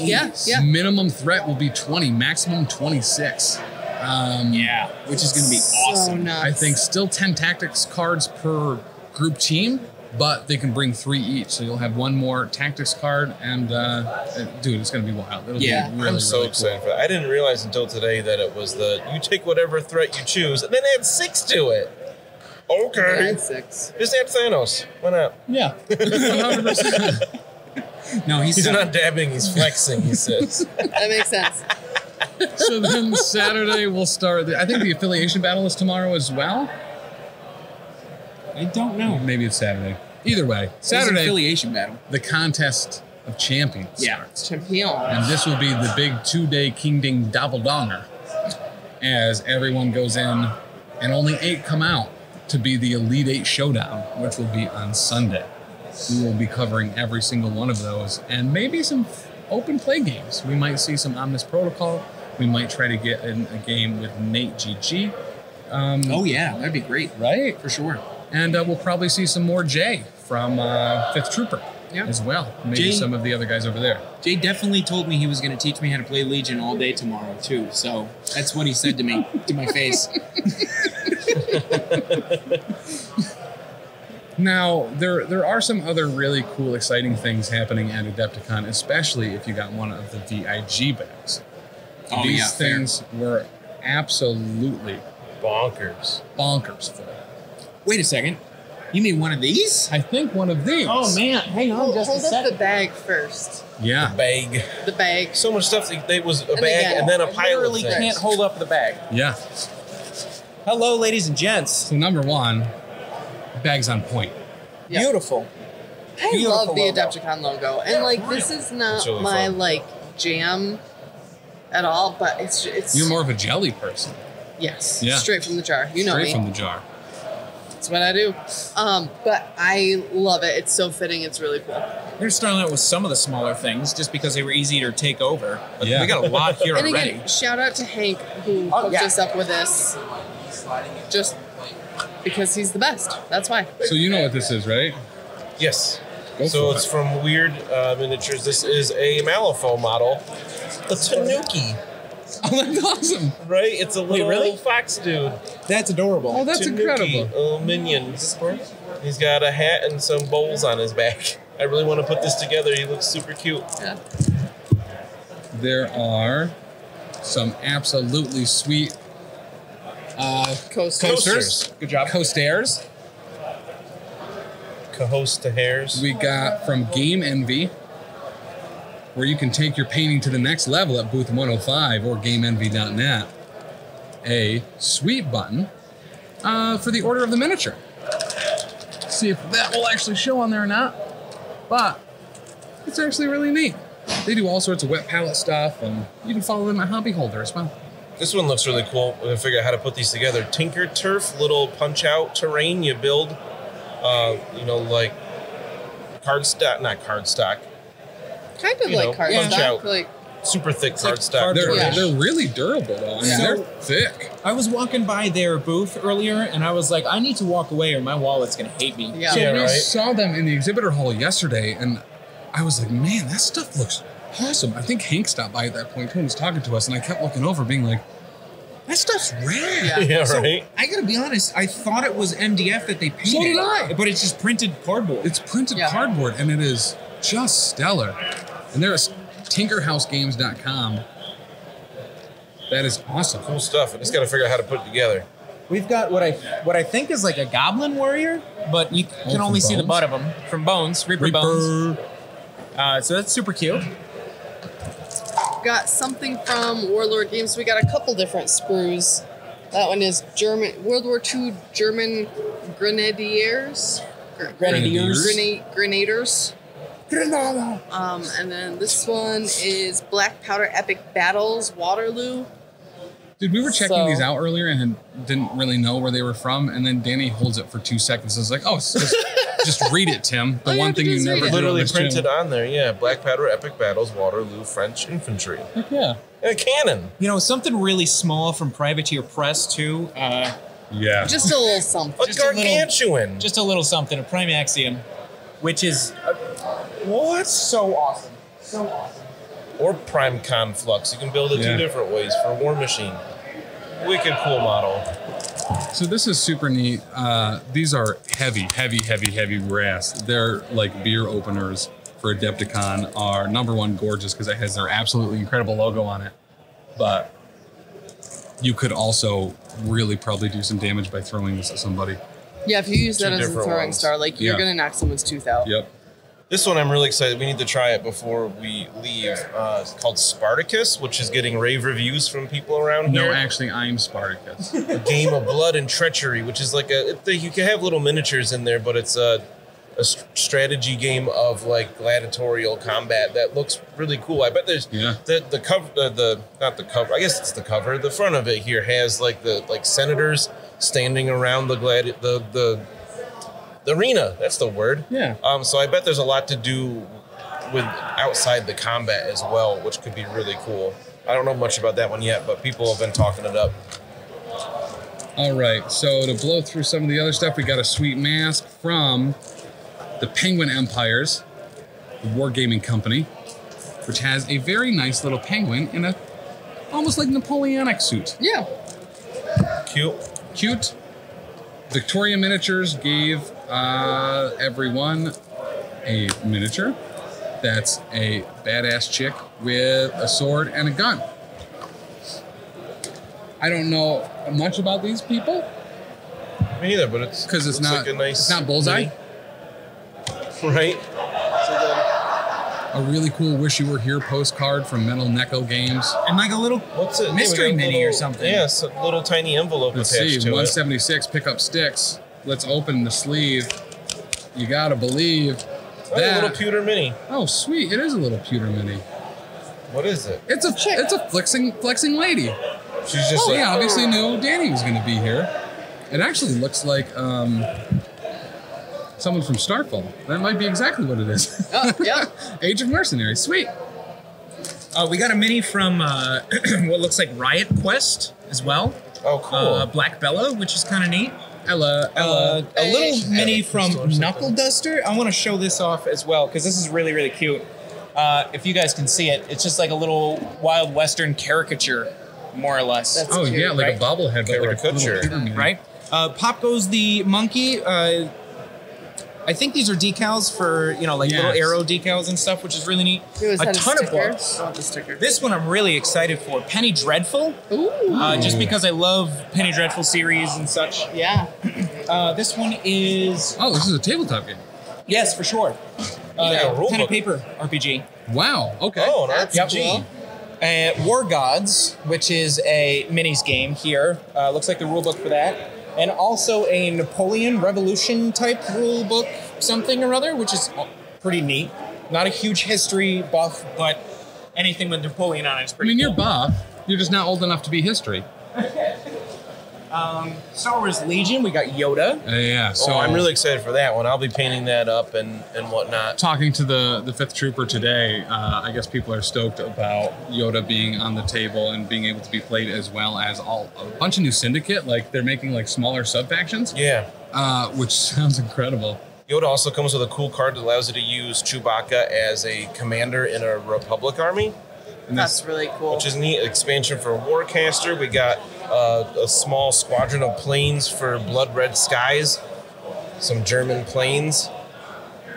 S6: yeah, yeah.
S1: Minimum threat will be 20, maximum 26. Um,
S5: Yeah, which is going to be awesome.
S6: So Oh, nuts.
S1: I think still 10 tactics cards per group team, but they can bring three each. So you'll have one more tactics card, and uh, uh, dude, it's going to be wild. It'll
S5: Yeah,
S1: be
S3: that.
S1: really,
S3: I'm so
S1: really cool.
S3: excited for that. I didn't realize until today that it was the you take whatever threat you choose and then add six to it. Okay.
S6: Nine six.
S3: Just add Thanos. Why not?
S1: Yeah. <laughs> 100%.
S5: No, he's,
S3: He's
S1: <laughs>
S5: so-
S3: not dabbing, he's flexing, he says.
S6: That makes sense.
S1: so then Saturday we'll start. The, I think the affiliation battle is tomorrow as well.
S5: I don't know.
S1: Maybe it's Saturday. Either way,
S5: It's an
S1: Saturday
S5: affiliation battle.
S1: the contest of champions
S5: Yeah.
S1: starts,
S6: Champion.
S1: and this will be the big two-day King Ding Doppelganger, as everyone goes in, and only eight come out to be the Elite Eight showdown, which will be on Sunday. We will be covering every single one of those, and maybe some f- open play games. We might see some Omnis Protocol. We might try to get in a game with Nate GG.
S5: Oh yeah, that'd be great
S1: Right.
S5: for sure.
S1: And uh, we'll probably see some more Jay from uh, Fifth Trooper
S5: Yeah.
S1: as well. Maybe
S5: Jay-
S1: some of the other guys over there.
S5: Jay definitely told me he was going to teach me how to play Legion all day tomorrow too. So that's what he said to me to my
S1: <laughs>
S5: face.
S1: Now, there there are some other really cool, exciting things happening at Adepticon, especially if you got one of the VIG bags.
S5: Oh
S1: These
S5: yeah, fair.
S1: things were absolutely
S3: Bonkers.
S1: <laughs> bonkers for it.
S5: Wait a second. You mean one of these?
S1: I think one of these.
S5: Oh, man, hang
S6: Hold, hold up the bag first.
S1: Yeah.
S3: Bag.
S6: The bag.
S3: So much stuff that it was a
S6: And
S3: bag
S6: again,
S3: and then a
S6: I
S3: pile
S5: Literally
S3: of things.
S5: can't hold up the bag.
S1: Yeah.
S5: Hello, ladies and gents.
S1: So, number one, bags on point.
S6: Yeah.
S5: Beautiful.
S6: I
S5: Beautiful
S6: love the
S5: logo.
S6: Adepticon logo, and like this is not
S3: It's really
S6: my
S3: fun.
S6: like jam at all, but it's it's
S1: You're more of a jelly person,
S6: yes,
S1: Yeah.
S6: straight from the jar. You know
S1: straight
S6: me.
S1: from the jar.
S6: That's what I do. Um, but I love it. It's so fitting. It's really cool.
S5: They're starting out with some of the smaller things just because they were easier to take over. But
S1: Yeah.
S5: we got a <laughs> lot here
S6: And
S5: already.
S6: again, shout out to Hank who
S5: Oh,
S6: hooked
S5: yeah.
S6: us up with this. Just because he's the best. That's why.
S1: So, you know what this is, right?
S3: Yes.
S1: Go
S3: so
S1: for
S3: it's
S1: it.
S3: from Weird uh, Miniatures. This is a Malifaux model. The Tanuki,
S1: Oh, that's awesome.
S3: right? It's a little
S5: really?
S3: fox dude.
S5: That's adorable.
S1: Oh, that's
S3: Tanuki,
S1: incredible.
S3: A little uh, minion. He's got a hat and some bowls on his back. <laughs> I really want to put this together. He looks super cute.
S6: Yeah.
S1: There are some absolutely sweet
S6: Coaster.
S3: Coasters.
S5: Good job.
S1: coasters
S3: Cahos to hairs.
S1: we got from Game Envy, where you can take your painting to the next level at booth 105 or gameenvy.net. A sweet button uh, for the order of the miniature. See if that will actually show on there or not. But it's actually really neat. They do all sorts of wet palette stuff, and you can follow them at Hobby Holder as well.
S3: This one looks really cool. We're gonna figure out how to put these together. Tinker Turf, little punch out terrain you build. Uh, you know, like cardstock, not cardstock,
S6: Kind of
S3: You
S6: like
S3: know,
S6: card
S3: punch
S6: stock.
S3: out.
S6: Like
S3: super thick
S5: like
S3: cardstock.
S1: They're,
S6: Yeah.
S1: they're really durable, though. I mean,
S5: So-
S1: they're thick.
S5: I was walking by their booth earlier and I was like, I need to walk away or my wallet's going to hate me.
S6: yeah.
S1: So
S3: Yeah,
S1: we
S3: right.
S1: saw them in the exhibitor hall yesterday, and I was like, man, that stuff looks awesome. I think Hank stopped by at that point too and was talking to us, and I kept looking over, being like, that stuff's rad.
S3: <laughs>
S6: Yeah.
S3: yeah,
S5: So,
S3: right.
S5: I gotta be honest. I thought it was MDF that they painted.
S1: So did I.
S5: But it's just printed cardboard.
S1: It's printed
S6: Yeah.
S1: cardboard, and it is just stellar. And there is tinkerhousegames.com. That is awesome.
S3: Cool stuff. I just got to figure out how to put it together.
S5: We've got what I what I think is like a goblin warrior, but you
S1: Oh,
S5: can
S1: from
S5: only see the
S1: Bones?
S5: butt of him from Bones, Reaper, Bones.
S1: Reaper.
S5: Uh, so that's super cute.
S6: Got something from Warlord Games. We got a couple different sprues. That one is German World War II German grenadiers. Gr-
S5: Grenadiers.
S6: Grenade, grenaders.
S5: Granada.
S6: Um, and then this one is Black Powder Epic Battles Waterloo.
S1: Dude, we were checking
S6: So-
S1: these out earlier and had- didn't really know where they were from. And then Danny holds it for two seconds. I was like, oh, it's just, <laughs> just read it, Tim. The
S6: All Oh, you
S1: one
S6: have to
S1: thing
S6: do
S1: you
S6: is read
S1: never
S6: it.
S1: do on
S3: Literally
S1: this
S3: printed
S1: channel.
S3: on there, yeah. Black Powder, Epic Battles, Waterloo, French Infantry.
S1: Yeah.
S3: And a cannon.
S5: You know, something really small from Privateer Press, too. Uh,
S1: Yeah.
S6: Just a little something.
S3: A
S5: Just a little-
S3: gargantuan.
S5: just a little something, a Primaxium, which is uh,
S3: what?
S5: so awesome.
S3: Or Prime Conflux. You can build it
S1: Yeah.
S3: two different ways for War Machine. Wicked cool model.
S1: So this is super neat. Uh, these are heavy, heavy, heavy, heavy brass. They're like beer openers for Adepticon. Are number one gorgeous because it has their absolutely incredible logo on it. But you could also really probably do some damage by throwing this at somebody.
S6: Yeah, if you use that as a
S3: different
S6: throwing
S3: ones.
S6: star, like you're
S1: Yeah.
S6: gonna knock someone's tooth out.
S1: Yep.
S3: This one I'm really excited. We need to try it before we leave. Uh, it's called Spartacus, which is getting rave reviews from people around
S1: No,
S3: here.
S1: actually, I'm Spartacus.
S3: a game of blood and treachery, which is like a it- you can have little miniatures in there, but it's a a s- strategy game of like gladiatorial combat that looks really cool. I bet there's
S1: Yeah.
S3: the the cover the, the not the cover I guess it's the cover the front of it here has like the like senators standing around the glad the the, the arena that's the word
S1: Yeah.
S3: um so I bet there's a lot to do with outside the combat as well which could be really cool I don't know much about that one yet but people have been talking it up
S1: All right, so to blow through some of the other stuff, we got a sweet mask from the Penguin Empires, the Wargaming Company, which has a very nice little penguin in a almost like Napoleonic suit.
S6: Yeah.
S3: cute.
S1: Cute. Victoria Miniatures gave uh, everyone a miniature that's a badass chick with a sword and a gun. I don't know much about these people,
S3: Me either, but it's
S1: 'Cause it's
S3: looks
S1: not- it's not bullseye?
S3: mini. right?
S1: a really cool "Wish You Were Here" postcard from Metal Necco Games.
S5: And like a little
S3: What's it?
S5: Mystery
S3: Yeah, we got a
S5: mini
S3: little-
S5: or something.
S3: Yes, a little tiny envelope
S1: Let's see,
S3: attached to it.
S1: 176 pick up sticks. Let's open the sleeve. You gotta believe
S3: Oh, a little
S1: that.
S3: pewter mini.
S1: Oh, sweet! It is a little pewter mini.
S3: What is it?
S1: It's a it's a flexing flexing lady.
S3: She's just
S1: Oh,
S3: like
S1: yeah, obviously knew Danny was gonna be here. It actually looks like um, someone from Starfall. That might be exactly what it is. <laughs>
S6: Oh, yeah.
S1: Age of Mercenaries. Sweet.
S5: Uh, we got a mini from uh, <clears throat> what looks like Riot Quest as well.
S3: Oh, cool.
S5: Uh, Black Bella, which is kind of neat.
S1: Ella.
S5: Uh,
S1: Ella.
S5: a
S6: Hey.
S5: little mini
S3: Store
S5: from
S3: something.
S5: Knuckle Duster. I want to show this off as well because this is really, really cute. Uh, if you guys can see it, it's just like a little Wild Western caricature, more or less.
S6: That's
S1: Oh
S6: cute,
S1: yeah, like
S5: right?
S1: a bobblehead, but like a little
S3: Caricature.
S1: pewter mini.
S5: right? Uh, pop goes the monkey. Uh, I think these are decals for you know like
S1: Yes.
S5: little arrow decals and stuff, which is really neat.
S6: It was
S5: a
S6: had
S5: ton of
S6: sticker.
S5: books.
S6: I want the sticker.
S5: This one I'm really excited for. Penny Dreadful,
S6: Ooh.
S5: uh, just because I love Penny Dreadful series and such.
S6: Yeah.
S5: Uh, this one is
S1: Oh, this is a tabletop game.
S5: yes for sure. Uh,
S3: Yeah, rule
S5: pen
S3: book.
S5: and paper RPG.
S1: Wow. Okay.
S3: oh, an
S6: That's
S3: RPG.
S6: cool.
S5: Uh, War Gods, which is a minis game here. Uh, looks like the rule book for that. And also a Napoleon Revolution type rule book, something or other, which is pretty neat. Not a huge history buff, but anything with Napoleon on it is
S1: I
S5: pretty
S1: mean, you're
S5: cool.
S1: buff. You're just not old enough to be history.
S5: Star Wars Legion, we got Yoda.
S1: Uh, yeah. So
S3: So Oh, I'm really excited for that one. I'll be painting that up and and whatnot.
S1: talking to the the fifth trooper today. Uh, I guess people are stoked about Yoda being on the table and being able to be played as well as all a bunch of new syndicate. Like they're making like smaller sub factions,
S3: Yeah.
S1: uh, which <laughs> sounds incredible.
S3: Yoda also comes with a cool card that allows you to use Chewbacca as a commander in a Republic army.
S1: And
S6: That's really cool.
S3: which is neat. Expansion for Warcaster. We got uh, a small squadron of planes for Blood Red Skies. Some German planes.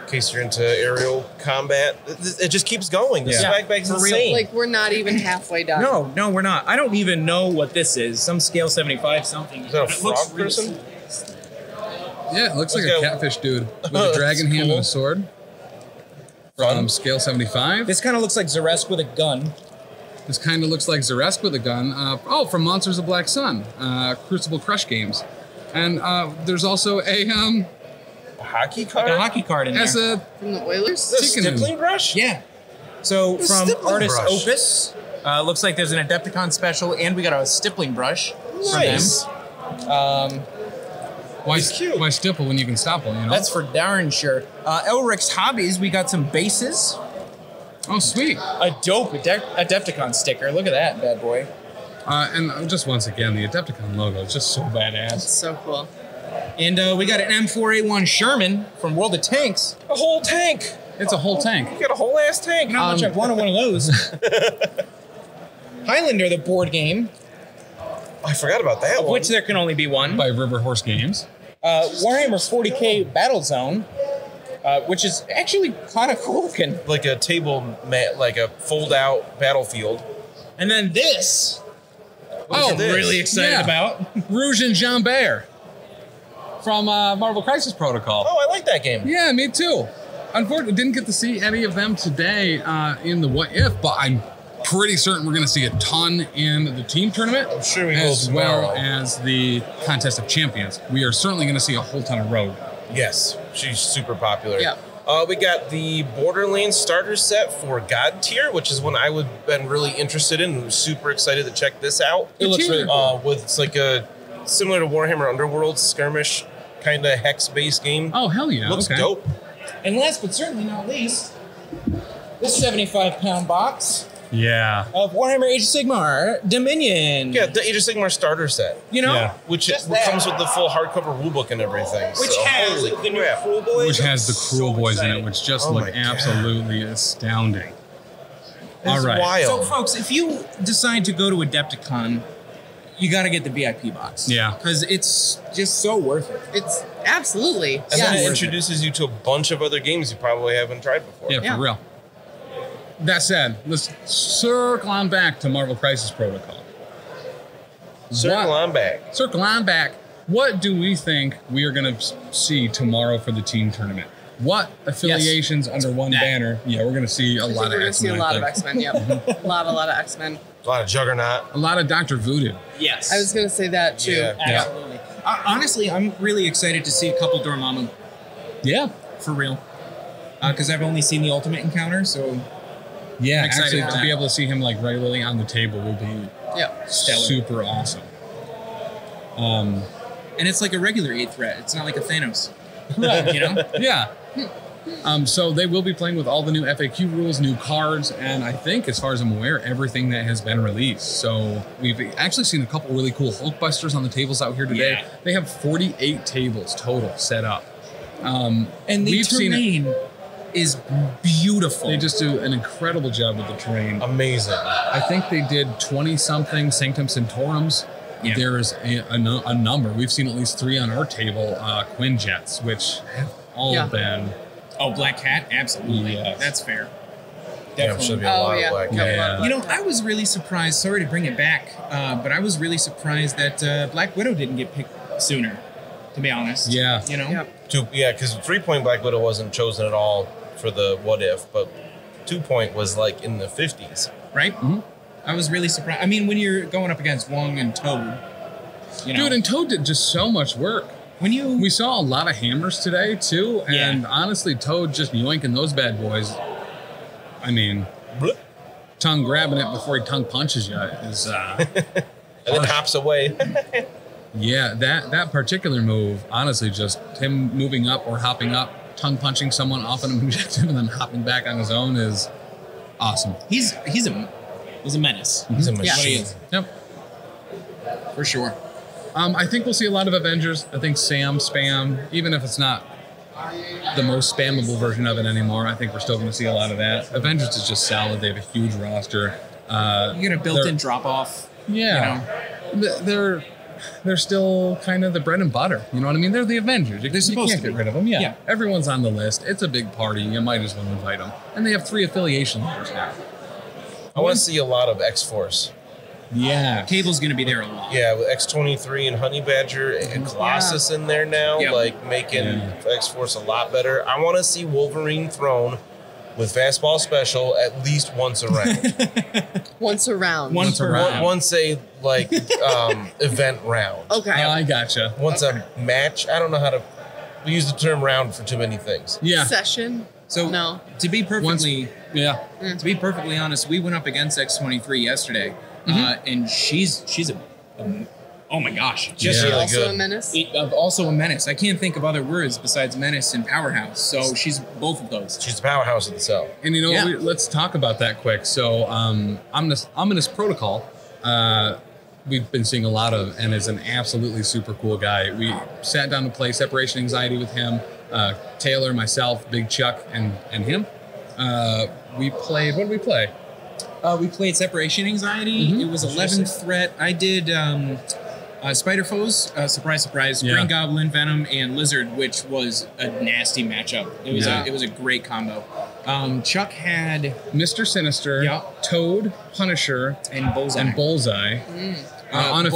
S3: In case you're into aerial combat, it, it just keeps going. The
S1: Yeah.
S3: swag bag's
S5: For real.
S3: insane.
S6: like we're not even halfway done.
S5: No, no, we're not. I don't even know what this is. Some scale 75 something.
S3: is that a
S5: It
S3: frog
S5: looks really-
S3: person?
S1: yeah, it looks like
S3: Let's
S1: a
S3: go.
S1: catfish
S3: <laughs>
S1: dude with a
S3: That's
S1: dragon hand
S3: cool.
S1: and a sword. From scale 75.
S5: This kind of looks like Zeresk with a gun.
S1: This kind of looks like Zeresk with a gun. Uh, oh, from Monsters of Black Sun, uh, Crucible Crush games, and uh, there's also a um,
S3: A hockey card?
S5: Like a hockey card in there.
S1: as a
S6: From the Oilers.
S3: Is that a
S1: Chicken.
S3: stippling brush?
S5: Yeah. So from
S3: stippling
S5: artist
S3: brush.
S5: Opus, Uh, looks like there's an Adepticon special, and we got a stippling brush
S3: Nice.
S5: for them. Um,
S1: Why, why stipple when you can stopple, you know?
S5: that's for darn sure. Uh, Elric's hobbies. We got some bases.
S1: oh, sweet.
S5: A dope Adep- Adepticon sticker. Look at that bad boy.
S1: Uh, and uh, just once again, the Adepticon logo is just so badass.
S6: So cool.
S5: And uh, we got an M4A1 Sherman from World of Tanks.
S3: A whole tank.
S1: It's a whole tank.
S3: You got a whole ass tank.
S5: Not much I've wanted one of <laughs> those. Highlander, the board game,
S3: I forgot about that one.
S5: which there can only be one.
S1: By River Horse Games. <laughs>
S5: uh, Warhammer 40k Battle Zone, uh, which is actually kind of cool looking.
S3: like a table mat, like a fold out battlefield.
S5: And then this,
S3: Oh,
S5: I'm really excited
S1: Yeah.
S5: about.
S1: Rouge and Jean Bear from uh, Marvel Crisis Protocol.
S3: Oh, I like that game.
S1: Yeah, me too. Unfortunately, didn't get to see any of them today uh, in the What If, but I'm pretty certain we're going to see a ton in the team tournament. I'm
S3: sure we will
S1: as well
S3: tomorrow.
S1: as the contest of champions. We are certainly going to see a whole ton of road.
S3: Yes, she's super popular.
S1: Yeah.
S3: Uh, we got the Borderlands starter set for God tier, which is one I would been really interested in. Super excited to check this out.
S1: It looks really cool.
S3: uh, with it's like a similar to Warhammer Underworld skirmish kind of hex based game.
S1: Oh hell yeah!
S3: looks
S1: okay.
S3: dope.
S5: And last but certainly not least, this 75 pound box
S1: Yeah.
S5: of Warhammer Age of Sigmar Dominion.
S3: Yeah, the Age of Sigmar starter set,
S5: You know?
S1: Yeah.
S3: which
S5: Just
S3: it
S5: that.
S3: comes with the full hardcover rulebook and everything.
S8: Which
S3: so,
S8: has
S3: holy
S8: the new
S3: crap.
S8: Cruel Boys.
S1: Which has the
S8: I'm
S1: cruel
S8: so
S1: boys in it,
S8: excited.
S1: which just
S3: Oh
S1: look
S3: my God.
S1: absolutely astounding.
S3: This is
S1: All right.
S3: wild.
S5: So, folks, if you decide to go to Adepticon, you got to get the VIP box.
S1: Yeah.
S5: Because it's just so worth it.
S6: It's absolutely.
S3: and
S6: yes.
S3: then it introduces you to a bunch of other games you probably haven't tried before.
S1: Yeah,
S6: Yeah.
S1: for real. That said, let's circle on back to Marvel Crisis Protocol.
S3: Circle
S1: What-
S3: on back.
S1: Circle on back. What do we think we are going to see tomorrow for the team tournament? What affiliations under one banner? Yeah, we're going to see a
S6: I think
S1: lot
S6: we're
S1: of
S6: gonna
S1: X
S6: see a
S1: Men.
S6: lot of X Men. Yep, a lot, a lot of X Men.
S3: A lot of Juggernaut.
S1: A lot of Doctor Voodoo.
S5: Yes.
S6: I was gonna say that too.
S3: Yeah.
S5: Absolutely. Uh, honestly, I'm really excited to see a couple Dormammu
S1: Yeah,
S5: for real. Because I've only seen the Ultimate Encounter, so
S1: yeah.
S5: Excited
S1: Actually,
S5: for
S1: to
S5: that.
S1: be able to see him like regularly on the table will be
S6: Yep.
S5: Stellar.
S1: super awesome. Um,
S5: and it's like a regular eighth threat. It's not like a Thanos. you know.
S1: Yeah. Um, so they will be playing with all the new FAQ rules, new cards, and I think, as far as I'm aware, everything that has been released. So we've actually seen a couple really cool Hulkbusters on the tables out here today.
S5: Yeah.
S1: They have 48 tables total set up.
S5: And the
S1: We've seen it.
S5: terrain is beautiful.
S1: They just do an incredible job with the terrain.
S3: Amazing.
S1: I think they did 20 something Sanctum Sanctorums.
S5: Yeah.
S1: There is a, a, nu- a number. We've seen at least three on our table uh, Quinjets, which have all
S6: Yeah.
S1: been
S5: oh, Black Cat, absolutely.
S1: Yes.
S5: That's fair.
S3: Yeah, should be a
S6: Oh
S3: lot
S6: yeah.
S3: of black.
S1: Yeah.
S5: You know, I was really surprised. Sorry to bring it back, uh, but I was really surprised that uh, Black Widow didn't get picked sooner. To be honest.
S1: Yeah.
S5: You know.
S6: Yep.
S3: Two, yeah, because three point Black Widow wasn't chosen at all for the what if, but two point was like in the fifties.
S5: Right.
S1: Mm-hmm.
S5: I was really surprised. I mean, when you're going up against Wong and Toad, you know.
S1: Dude, and Toad did just so much work.
S5: when you
S1: We saw a lot of hammers today too,
S5: Yeah.
S1: and honestly, Toad just yoinking those bad boys. I mean, tongue grabbing it before he tongue punches you is, uh,
S3: And then hops away. <laughs>
S1: yeah, that that particular move. Honestly, just him moving up or hopping up, tongue punching someone off <laughs> an objective, and then hopping back on his own is awesome.
S5: He's he's a he's a menace
S1: Mm-hmm.
S3: He's a
S6: Yeah.
S3: machine.
S1: Yep.
S5: for sure.
S1: Um, I think we'll see a lot of Avengers. I think Sam spam, even if it's not the most spammable version of it anymore, I think we're still going to see a lot of that. Avengers is just solid. They have a huge roster. Uh,
S5: You get a built-in
S1: They're-
S5: drop off.
S1: yeah, Th- they're they're still kind of the bread and butter. You know what I mean? They're the Avengers. You, they're
S5: supposed
S1: you can't
S5: to be.
S1: get rid of them. Yeah.
S5: Yeah.
S1: everyone's on the list. It's a big party. You might as well invite them. And they have three affiliation levels now.
S3: I want to see a lot of X Force.
S1: Yeah,
S5: Cable's gonna be there a lot.
S3: Yeah, with X twenty three and Honey Badger and Colossus in there now,
S5: Yep.
S3: like making X Force a lot better. I want to see Wolverine thrown with Fastball Special at least once a round,
S6: Once around.
S5: One per
S1: around.
S5: round.
S3: once a like um, event round.
S6: Okay.
S1: I gotcha.
S3: once a match. I don't know how to. We use the term round for too many things.
S1: Yeah,
S6: Session.
S5: So
S6: No.
S5: to be
S1: Once-
S5: perfectly
S1: yeah.
S5: to be perfectly honest, we went up against X23 yesterday, uh, and she's she's a, a- oh my gosh, just
S6: She
S3: really
S6: also
S3: good.
S6: a menace.
S5: it- of also a menace. I can't think of other words besides menace and powerhouse. So she's both of those.
S3: She's the powerhouse of the cell.
S1: And you know,
S5: Yeah.
S1: we, let's talk about that quick. So, um, Omnis, Omnis Protocol, uh, we've been seeing a lot of, and is an absolutely super cool guy. We sat down to play Separation Anxiety with him, uh, Taylor, myself, Big Chuck, and and him. Uh, we played. What did we play?
S5: Uh, we played Separation Anxiety.
S1: Mm-hmm.
S5: It was 11th threat. I did um, uh, Spider Foes, uh, surprise, surprise,
S1: Yeah.
S5: Green Goblin, Venom, and Lizard, which was a nasty matchup. It was
S1: Yeah.
S5: a, it was a great combo. Um, Chuck had
S1: Mister Sinister,
S5: Yeah.
S1: Toad, Punisher,
S5: and Bullseye
S1: and Bullseye.
S5: Uh,
S1: Uh, unaffiliated.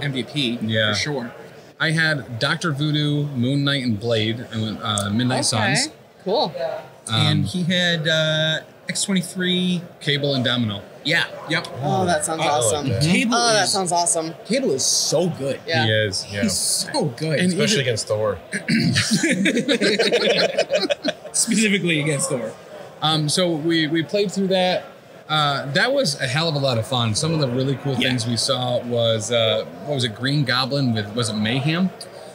S5: Bullseye MVP
S1: Yeah.
S5: for sure.
S1: I had Doctor Voodoo, Moon Knight, and Blade, and went, uh, Midnight Suns,
S6: Cool.
S1: Um,
S5: and he had uh, X23.
S1: Cable, and Domino.
S5: Yeah. Yep.
S1: Mm-hmm.
S6: Oh, that sounds awesome.
S5: Cable
S6: Oh, that
S5: is-
S6: sounds awesome.
S5: Cable is so good.
S6: Yeah.
S1: He is. Yeah.
S5: He's so good.
S3: Especially against Thor.
S1: <laughs>
S5: <laughs> specifically against Thor.
S1: Um, so we we played through that. Uh, that was a hell of a lot of fun. Some of the really cool
S5: Yeah.
S1: things we saw was uh, what was it? Green Goblin with was it Mayhem?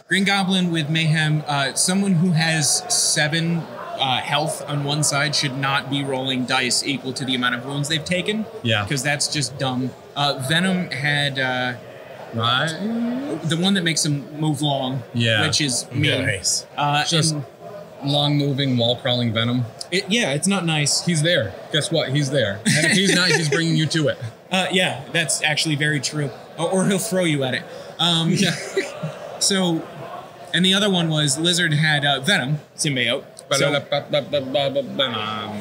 S5: Green Goblin with Mayhem, uh, someone who has seven uh, health on one side should not be rolling dice equal to the amount of wounds they've taken.
S1: Yeah.
S5: Because that's just dumb. Uh, Venom had uh,
S1: Right.
S5: the one that makes him move long,
S1: Yeah.
S5: which is mean.
S3: Nice.
S5: Uh,
S1: Just
S5: and
S1: long moving wall crawling Venom.
S5: it, yeah, it's not nice.
S1: He's there. Guess what? He's there. And if he's not, he's bringing you to <laughs> it.
S5: Uh, yeah, that's actually very true. Or, or he'll throw you at it. Um, <laughs> so, and the other one was Lizard had uh, Venom symbiote. So,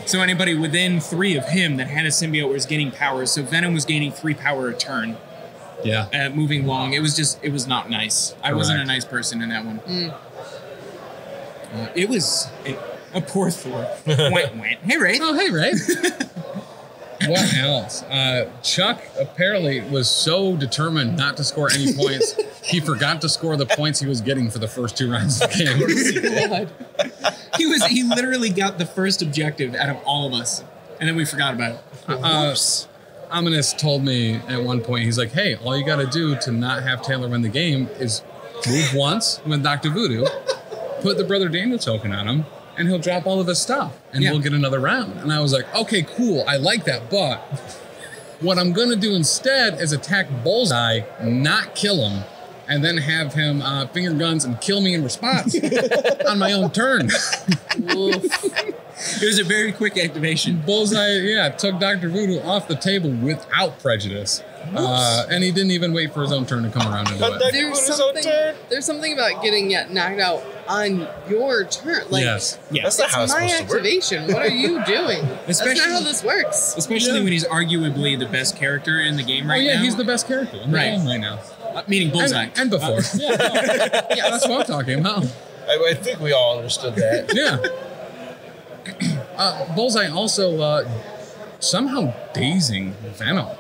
S5: so anybody within three of him that had a symbiote was gaining powers. So Venom was gaining three power a turn,
S1: yeah.
S5: uh, moving long. It was just, it was not nice. I wasn't a
S1: Correct.
S5: nice person in that one.
S1: Mm.
S5: Uh, it was it, a
S1: <laughs>
S5: poor Thor. went, went. Hey, Ray.
S1: Oh, hey, <laughs> Ray. what else? Uh, Chuck apparently was so determined not to score any points, he forgot to score the points he was getting for the first two rounds <laughs> of the game.
S5: He was, he literally got the first objective out of all of us. And then we forgot about it.
S1: Uh, Ominous told me at one point, he's like, hey, all you got to do to not have Taylor win the game is move once with Dr. Voodoo, put the Brother Daniel token on him, and he'll drop all of his stuff, and
S5: Yeah.
S1: we'll get another round. And I was like, okay, cool. I like that. But what I'm going to do instead is attack Bullseye, not kill him, and then have him uh, finger guns and kill me in response on my own turn.
S5: It was a very quick activation.
S1: Bullseye, yeah, took Dr. Voodoo off the table without prejudice. Uh, and he didn't even wait for his own turn to come around and do
S3: But that-
S1: it.
S6: There's
S3: Who's on
S6: something.
S3: turn?
S6: There's something about getting yet knocked out on your turn. Like
S1: yes.
S3: That's not
S6: it's
S3: how it's
S6: my
S3: supposed to work.
S6: activation. What
S3: <laughs>
S6: are you doing? That's not
S5: Especially-
S6: how this works.
S5: Especially when he's arguably the best character in the game right
S1: oh, yeah,
S5: now.
S1: he's the best character in the
S5: Right.
S1: game right now.
S5: Uh, meaning
S1: And,
S5: Bullseye. Uh,
S1: and before. yeah, no. Yeah, that's what I'm talking
S5: <laughs>
S1: about.
S3: I, I think we all understood that.
S1: Yeah. <clears throat> Uh, Bullseye also uh, somehow dazing Venom.
S5: Uh,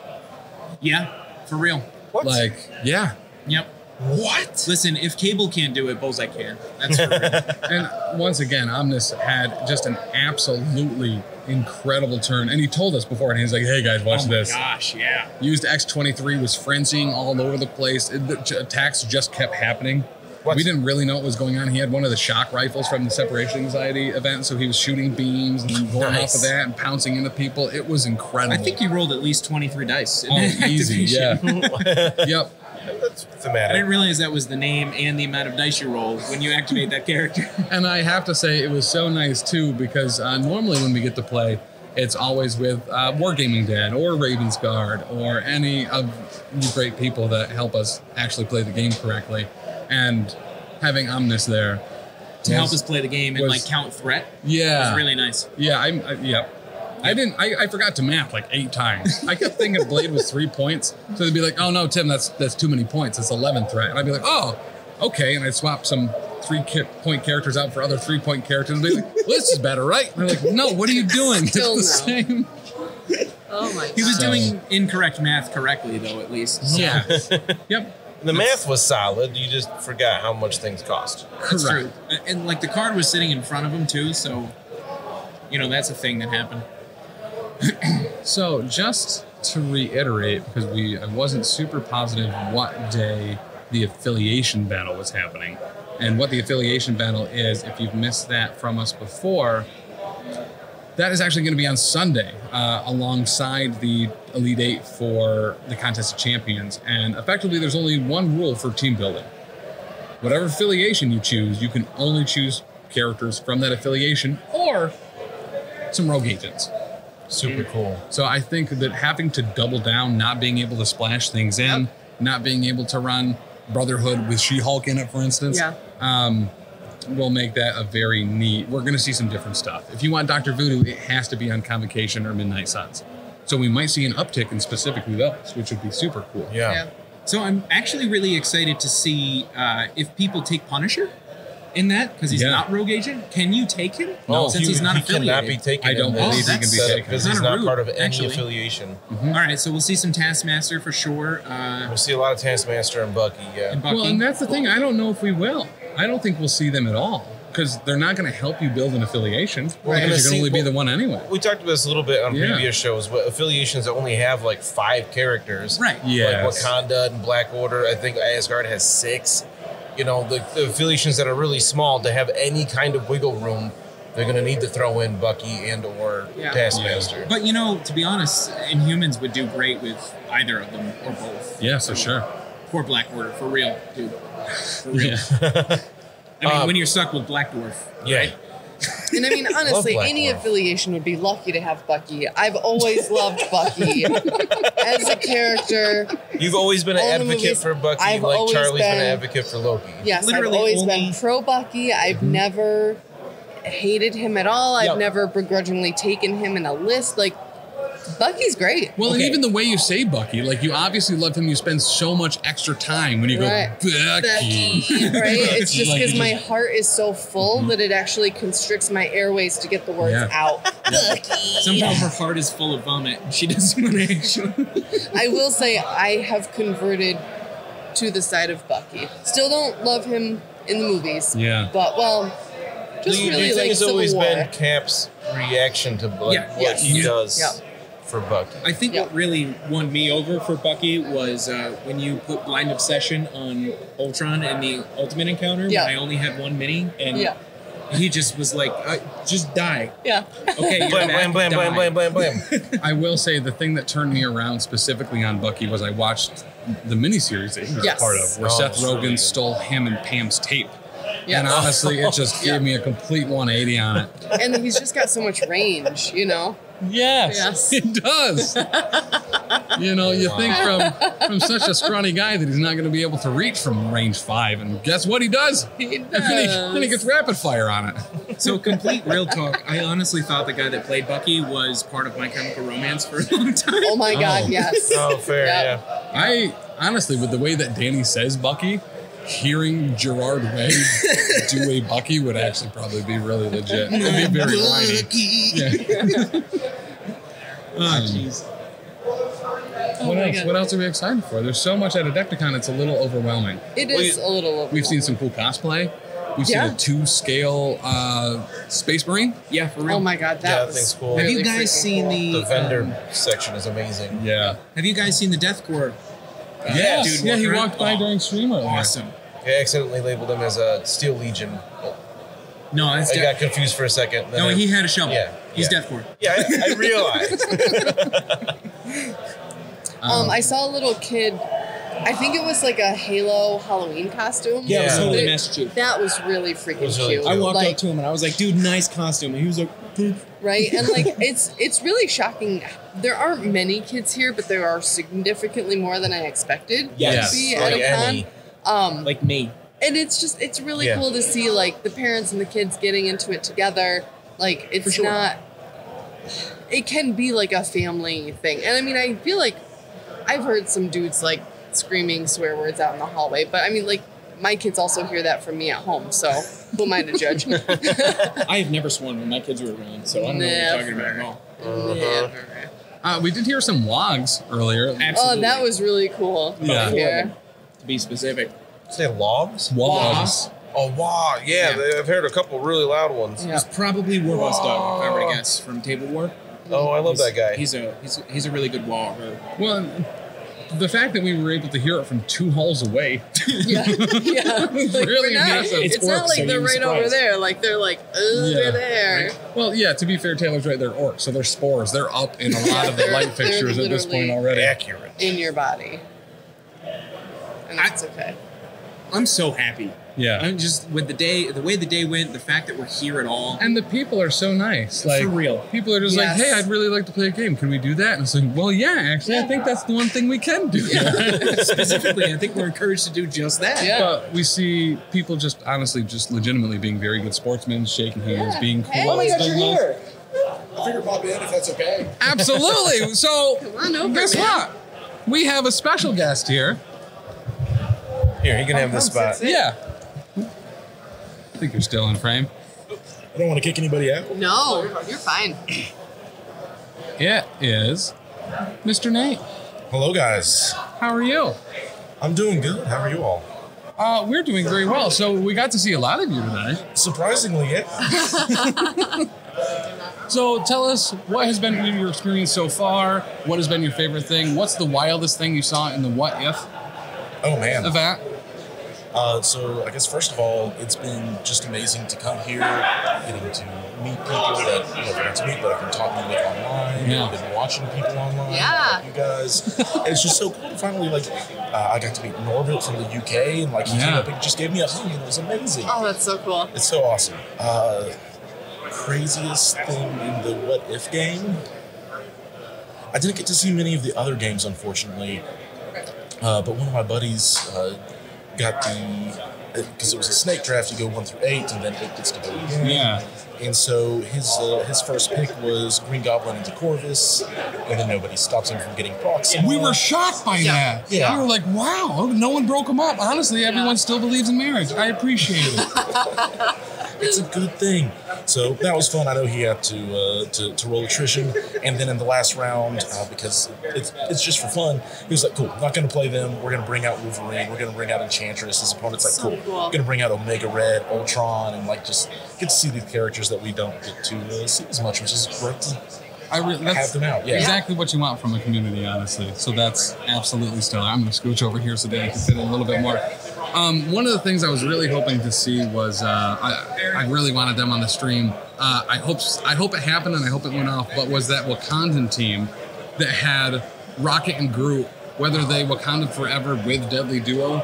S5: yeah, for real.
S3: What?
S1: Like, yeah.
S5: Yep.
S3: what?
S5: Listen, if Cable can't do it, Bullseye can. That's for real.
S1: And once again, Omnis had just an absolutely incredible turn. And he told us beforehand, he's like, hey guys, watch
S5: oh my
S1: this.
S5: gosh, yeah.
S1: used X23, was frenzying all over the place. It- the j- attacks just kept happening.
S3: What's-
S1: We didn't really know what was going on. He had one of the shock rifles from the separation anxiety event, so he was shooting beams and then going off
S3: Nice.
S1: of that and pouncing into people. It was incredible.
S5: I think you rolled at least 23 dice. in <laughs>
S1: oh,
S5: that
S1: easy,
S5: activation.
S1: yeah. <laughs> yep.
S3: That's
S5: I didn't
S3: thematic.
S5: realize that was the name and the amount of dice you rolled when you activate that character. <laughs>
S1: And I have to say, it was so nice too because uh, normally when we get to play, it's always with uh, Wargaming Dad or Ravensguard or any of the great people that help us actually play the game correctly. And having Omnis there
S5: to help us play the game and
S1: was- Ah.
S5: like count threat.
S1: Yeah.
S5: It's really nice.
S1: Yeah, I'm. I, yeah. I didn't. I, I forgot to map like eight times. I kept thinking Blade was three points, so they'd be like, "Oh no, Tim, that's that's too many points. It's eleven threat." And I'd be like, "Oh, okay." And I'd swap some three ki- point characters out for other three point characters. And be like, well, "This is better, right?" And they're like, "No, what are you doing?"
S6: Still
S1: it's the
S6: no.
S1: same.
S6: Oh my
S5: He was
S1: So-
S5: doing incorrect math correctly, though, at least. So
S1: Yeah. yep.
S3: The math was solid. You just forgot how much things cost.
S5: That's
S1: Correct.
S5: true. And, and like the card was sitting in front of him, too, so you know, that's a thing that happened.
S1: So just to reiterate, because we I wasn't super positive what day the affiliation battle was happening, and what the affiliation battle is. If you've missed that from us before, that is actually going to be on Sunday, uh, alongside the Elite Eight for the Contest of Champions. And effectively, there's only one rule for team building. Whatever affiliation you choose, you can only choose characters from that affiliation or some rogue agents. Mm.
S5: Super cool.
S1: So I think that having to double down, not being able to splash things in, not being able to run Brotherhood with She-Hulk in it, for instance,
S6: Yeah.
S1: um, will make that a very neat. We're going to see some different stuff. If you want Doctor Voodoo, it has to be on Convocation or Midnight Suns. So we might see an uptick in specifically those, which would be super cool.
S7: Yeah.
S6: Yeah.
S5: So I'm actually really excited to see uh, if people take Punisher in that because he's
S1: Yeah.
S5: not Rogue Agent. Can you take him?
S7: No,
S5: since
S7: Oh, he,
S5: he's not
S7: he
S5: affiliated.
S7: cannot be taken.
S1: I don't
S7: in this
S5: believe he can be
S7: setup
S1: taken.
S7: because
S5: It's
S7: he's
S5: not a
S7: not
S5: route,
S7: part of any
S5: actually.
S7: affiliation.
S5: All right, so we'll see some Taskmaster for sure. Uh,
S7: We'll see a lot of Taskmaster and Bucky. Yeah,
S5: and Bucky.
S1: Well, and that's the thing. I don't know if we will. I don't think we'll see them at all because they're not going to help you build an affiliation.
S7: We're gonna
S1: because you
S7: see-
S1: can only be
S7: well-
S1: the one anyway.
S7: we talked about this a little bit on
S1: Yeah.
S7: previous shows. But affiliations that only have like five characters, like
S5: right.
S1: Yes.
S7: Wakanda and Black Order. I think Asgard has six. You know, the, the affiliations that are really small to have any kind of wiggle room, they're going to need to throw in Bucky and or
S6: Yeah.
S7: Taskmaster.
S5: But you know, to be honest, Inhumans would do great with either of them or both.
S1: Yeah, for sure.
S5: Poor Black Order, for real, dude. For real. I mean,
S7: Uh,
S5: when you're stuck with Black Dwarf,
S7: Yeah.
S5: right?
S6: And I mean, honestly,
S7: Black
S6: any
S7: Widow.
S6: affiliation would be lucky to have Bucky. I've always loved Bucky as a character.
S7: You've always been an
S6: All the
S7: advocate
S6: movies-
S7: for Bucky,
S6: I've
S7: like
S6: always
S7: Charlie's been, an
S6: been-
S7: advocate for Loki.
S6: Yes,
S5: Literally
S6: I've always
S5: only- Mm-hmm.
S6: been pro Bucky. I've never hated him at all. I've
S9: Yep.
S6: never begrudgingly taken him in a list. Like, Bucky's great.
S1: <laughs> Well,
S9: Okay.
S1: and even the way you say Bucky, like you obviously love him. You spend so much extra time when you go
S6: Right.
S1: Bucky.
S6: right?
S1: <laughs>
S6: It's just
S1: Like,
S6: because
S1: you
S6: my
S1: just- Mm-hmm.
S6: heart is so full that it actually constricts my airways to get the
S1: <laughs>
S6: words
S1: Yeah.
S6: out.
S5: Somehow her heart is full of vomit. and She <laughs> doesn't want to actually.
S6: I will say I have converted to the side of Bucky. Still don't love him in the movies.
S1: Yeah.
S6: But well,
S7: The,
S6: just
S7: the
S6: really
S7: thing
S6: like
S7: has
S6: Civil
S7: always
S6: War.
S7: been Cap's reaction to like,
S5: Yeah,
S7: what
S5: yes.
S7: he
S5: Yeah.
S7: does
S6: Yeah.
S7: for Bucky.
S5: I think what
S6: Yeah.
S5: really won me over for Bucky was uh, when you put Blind Obsession on Ultron and the Ultimate Encounter.
S6: Yeah.
S5: When I only had one mini, and
S6: Yeah.
S5: he just was like, I, "Just die."
S6: Yeah.
S5: Okay, you're
S7: Blam, blam,
S5: back,
S7: blam, blam,
S5: die.
S7: blam, blam, blam.
S1: I will say the thing that turned me around specifically on Bucky was I watched the miniseries that he was
S6: Yes.
S1: a part of, where
S7: Oh,
S1: Seth Rogen
S7: sweet.
S1: stole him and Pam's tape.
S6: Yes.
S1: And honestly, it
S6: <laughs>
S1: just gave me a complete 180 on it.
S6: and he's just got so much range, you know?
S1: Yes,
S6: Yes.
S1: it
S6: <laughs>
S1: does. you know, you think from from such a scrawny guy that he's not going to be able to reach from range five, and guess what he does?
S6: He does.
S1: And then, he, then he gets rapid fire on it.
S5: So complete real talk. I honestly thought the guy that played Bucky was part of My Chemical Romance for a long time.
S6: oh my God,
S7: <laughs>
S1: Oh.
S6: yes.
S7: Oh, fair,
S6: Yep.
S7: yeah.
S1: I honestly, with the way that Danny says Bucky, hearing Gerard Way do a Bucky would actually probably be really legit. It'd be very whiny. Yeah.
S5: Oh, jeez.
S1: what
S6: Oh my
S1: else?
S6: God.
S1: What else are we excited for? There's so much at Adepticon, it's a little overwhelming.
S6: It is a little over.
S1: We've seen some cool cosplay. We've
S6: Yeah.
S1: seen a two scale uh, Space Marine.
S5: Yeah, for real.
S6: Oh my God, that
S7: Yeah, that
S6: was
S7: thing's cool.
S5: have
S6: Oh, really
S5: you guys
S6: freaking
S5: seen
S6: cool.
S5: the?
S7: The vendor
S5: um,
S7: section is amazing.
S1: Yeah.
S5: have you guys seen the Deathcore? Uh,
S1: Yes.
S5: dude
S1: yeah, he
S5: around?
S1: walked by
S5: Oh,
S1: during stream earlier.
S5: Awesome.
S7: I accidentally labeled him as a Steel Legion.
S5: No, that's
S7: I got
S5: Death-
S7: confused for a second. then
S5: no.
S7: I-
S5: He had a shovel.
S7: Yeah,
S5: He's
S7: yeah.
S5: Deathcore.
S7: Yeah,
S5: <laughs>
S7: I, I realized.
S6: Um, I saw a little kid. I think it was like a Halo Halloween costume.
S5: Yeah,
S7: it was
S5: totally
S6: But-
S5: matched you.
S6: That was really freaking
S7: was really
S6: cute.
S7: cute.
S5: I walked
S6: like,
S5: up to him and I was like, "Dude, nice costume." And he was like, "Dude."
S6: right? And
S7: <laughs>
S6: like it's it's really shocking. There aren't many kids here, but there are significantly more than I expected.
S5: Yes.
S6: to be
S7: Like
S6: at a con.
S7: any.
S6: Um,
S5: "Like me."
S6: and it's just it's really
S7: Yeah.
S6: cool to see like the parents and the kids getting into it together. Like it's
S5: sure.
S6: not. It can be like a family thing, and I mean, I feel like I've heard some dudes like screaming swear words out in the hallway, but I mean, like my kids also hear that from me at home, so who am I to judge?
S5: I have never sworn when my kids were around, so I don't know what you're talking about at all.
S10: Uh-huh.
S3: Uh-huh.
S6: Never.
S1: Uh, we did hear some logs earlier.
S6: Oh,
S5: Absolutely.
S6: that was really cool.
S1: Yeah.
S6: Yeah.
S5: To be specific.
S7: Say logs?
S1: Logs.
S7: Oh,
S10: Oh wow, yeah,
S5: Yeah.
S10: I've heard a couple really loud ones.
S5: It's probably Warboss Dog, if I were to guess, from Table War.
S10: Oh, I love
S5: Mm-hmm. He's-
S10: that guy.
S5: He's a he's, he's a really good wall. or-
S1: Well, the fact that we were able to hear it from two halls away.
S6: Yeah, yeah. <laughs> Like,
S1: <laughs>
S6: we're
S1: Really
S6: not-
S1: impressive.
S6: It's,
S5: It's
S6: not
S5: orcs,
S6: like
S5: so
S6: they're
S5: you'd
S6: right
S5: be
S6: over
S5: surprised.
S6: there. Like they're like over
S1: Yeah,
S6: there.
S1: Well, yeah, to be fair, Taylor's right. They're orcs, so they're spores. They're up in a lot of the
S6: They're- <laughs>
S1: light
S6: they're
S1: fixtures at this point
S6: literally-
S1: already.
S10: Accurate.
S6: in your body. And that's okay.
S5: I'm so happy.
S1: Yeah.
S5: I'm just with the day, the way the day went, the fact that we're here at all.
S1: And the people are so nice. Like
S5: For real.
S1: People are just
S6: Yes.
S1: like, hey, I'd really like to play a game. Can we do that? And it's like, well, yeah, actually, I think that's the one thing we can do. <laughs>
S6: <laughs>
S5: Specifically, I think we're encouraged to do just that.
S1: But we see people just honestly, just legitimately being very good sportsmen, shaking hands,
S6: Yeah.
S1: being cool.
S6: Hey. Oh my
S1: It's
S6: God,
S1: been
S6: you're
S1: nice.
S11: Here.
S12: I figure pop in if that's okay.
S6: <laughs>
S1: Absolutely. So,
S6: Come on over,
S1: guess
S6: man.
S1: what? We have a special guest here.
S10: Here, he can have the spot.
S1: Yeah. I think you're still in frame.
S12: I don't want to kick anybody out.
S6: No, you're fine.
S1: It is Mr. Nate.
S10: Hello, guys.
S1: How are you?
S10: I'm doing good. How are you all?
S1: Uh, we're doing very well. So we got to see a lot of you today.
S10: Surprisingly, yeah.
S1: So tell us what has been your experience so far. What has been your favorite thing? What's the wildest thing you saw in the What If
S3: Oh man.
S1: event?
S3: Uh, so I guess first of all, it's been just amazing to come here, getting to meet people that you know, that I want to meet, that I've been talking with online.
S1: Yeah.
S3: I've been watching people online.
S6: Yeah.
S3: You guys, And it's just so cool to finally like. Uh, I got to meet Norbert from the UK, and like he came
S1: Yeah.
S3: up and just gave me a hug, and it was amazing.
S6: Oh, that's so cool.
S3: It's so awesome. Uh, craziest thing in the what if game? I didn't get to see many of the other games, unfortunately. Uh, but one of my buddies uh, got the because it was a snake draft. You go one through eight, and then eight gets to go again. And so his uh, his first pick was Green Goblin into Corvus, and then nobody stops him from getting proxy.
S1: We were shocked by
S6: Yeah.
S1: that.
S3: Yeah.
S1: We were like, wow, no one broke them up. Honestly, everyone still believes in marriage. I appreciate it.
S3: it's a good thing. So that was fun. I know he had to uh, to, to roll attrition, and then in the last round, uh, because it's it's just for fun, he was like, "Cool, not going to play them. We're going to bring out Wolverine. We're going to bring out Enchantress." His opponent's like,
S6: So
S3: "Cool,
S6: cool.
S3: going to bring out Omega Red, Ultron, and like just get to see these characters that we don't get to uh, see as much, which is great to
S1: I re-
S3: have
S1: that's
S3: them out." Yeah.
S1: exactly what you want from a community, honestly. So that's absolutely stellar. I'm going to scooch over here so that I can fit in a little bit more. Um, one of the things I was really hoping to see was uh, I, I really wanted them on the stream. Uh, I hope I hope it happened and I hope it went off. But was that Wakandan team that had Rocket and Groot, whether they Wakandan forever with Deadly Duo?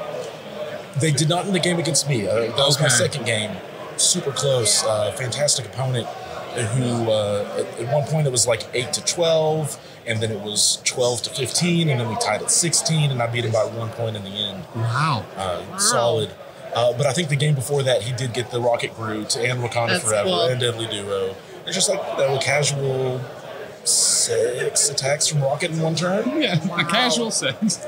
S3: They did not in the game against me. Uh, that was my
S1: Okay.
S3: second game. Super close. Uh, fantastic opponent uh, who, uh, at, at one point, it was like 8 to 12, and then it was 12 to 15, and then we tied at 16, and I beat him by one point in the end.
S1: Wow. <laughs>
S3: Uh, Solid. Uh, but I think the game before that, he did get the Rocket Groot and Wakanda
S6: That's
S3: Forever
S6: cool.
S3: and Deadly Duo. It's just like that were casual six attacks from Rocket in one turn.
S1: Yeah, a casual sex.